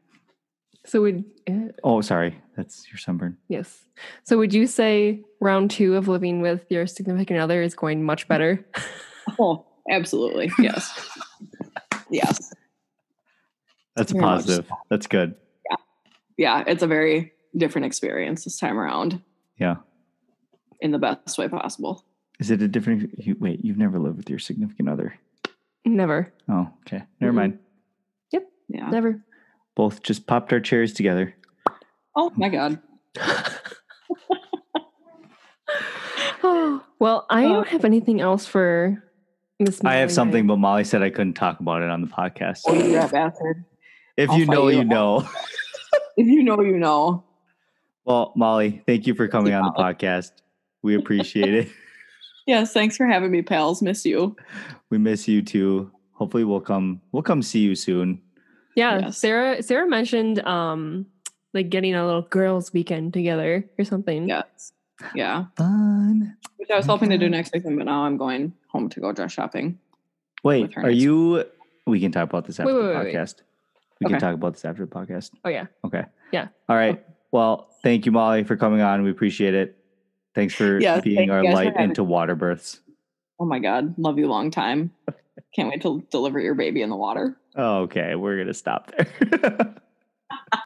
Speaker 1: So would uh,
Speaker 3: Oh, sorry. That's your sunburn.
Speaker 1: yes. So would you say round two of living with your significant other is going much better?
Speaker 2: Oh, absolutely.
Speaker 3: <laughs>
Speaker 2: Yes. yes.
Speaker 3: That's a
Speaker 2: Very much
Speaker 3: positive. That's good.
Speaker 2: Yeah. It's a very different experience this time around
Speaker 3: Yeah.
Speaker 2: in the best way possible.
Speaker 3: Is it a different? You, wait, you've never lived with your significant other.
Speaker 1: Never,
Speaker 3: Oh, okay. Never
Speaker 1: Mm-mm.
Speaker 3: mind.
Speaker 2: Yeah.
Speaker 3: <laughs>
Speaker 1: never.
Speaker 3: Both just popped our chairs together.
Speaker 2: Oh my God.
Speaker 1: Oh, <sighs> well, I
Speaker 2: Oh.
Speaker 1: don't have anything else for this.
Speaker 3: I have
Speaker 1: Molly
Speaker 3: something,
Speaker 1: night.
Speaker 3: but Molly said I couldn't talk about it on the podcast.
Speaker 2: Oh, you're a bastard.
Speaker 3: If
Speaker 2: I'll
Speaker 3: you
Speaker 2: fight
Speaker 3: know,
Speaker 2: you.
Speaker 3: you know.
Speaker 2: If you know, you know.
Speaker 3: Well, Molly, thank you for coming on the podcast. We
Speaker 2: <laughs>
Speaker 3: appreciate it.
Speaker 2: Yes, thanks for having me, pals. Miss you.
Speaker 3: We miss you too. Hopefully we'll come we'll come see you soon.
Speaker 1: Yeah,
Speaker 2: Yes.
Speaker 1: Sarah. Sarah mentioned um like getting a little girls' weekend together or something.
Speaker 2: Yes. Yeah.
Speaker 3: Fun.
Speaker 2: Which I was hoping to do next weekend, but now I'm going home to go dress shopping. With
Speaker 3: Wait,
Speaker 2: her
Speaker 3: are
Speaker 2: next-
Speaker 3: you we can talk about this after
Speaker 1: Wait,
Speaker 3: the
Speaker 1: wait, wait, wait.
Speaker 3: podcast. We can
Speaker 2: Okay.
Speaker 3: talk about this after the podcast.
Speaker 1: Oh yeah.
Speaker 3: Okay.
Speaker 1: Yeah.
Speaker 3: All right. Well, thank you, Molly, for coming on. We appreciate it. Thanks for
Speaker 2: Yes, thank
Speaker 3: being
Speaker 2: you
Speaker 3: our
Speaker 2: guys for
Speaker 3: light
Speaker 2: having
Speaker 3: into water births.
Speaker 2: Oh my God. Love you long time. Can't wait to deliver your baby in the water.
Speaker 3: Okay, we're gonna stop there. <laughs>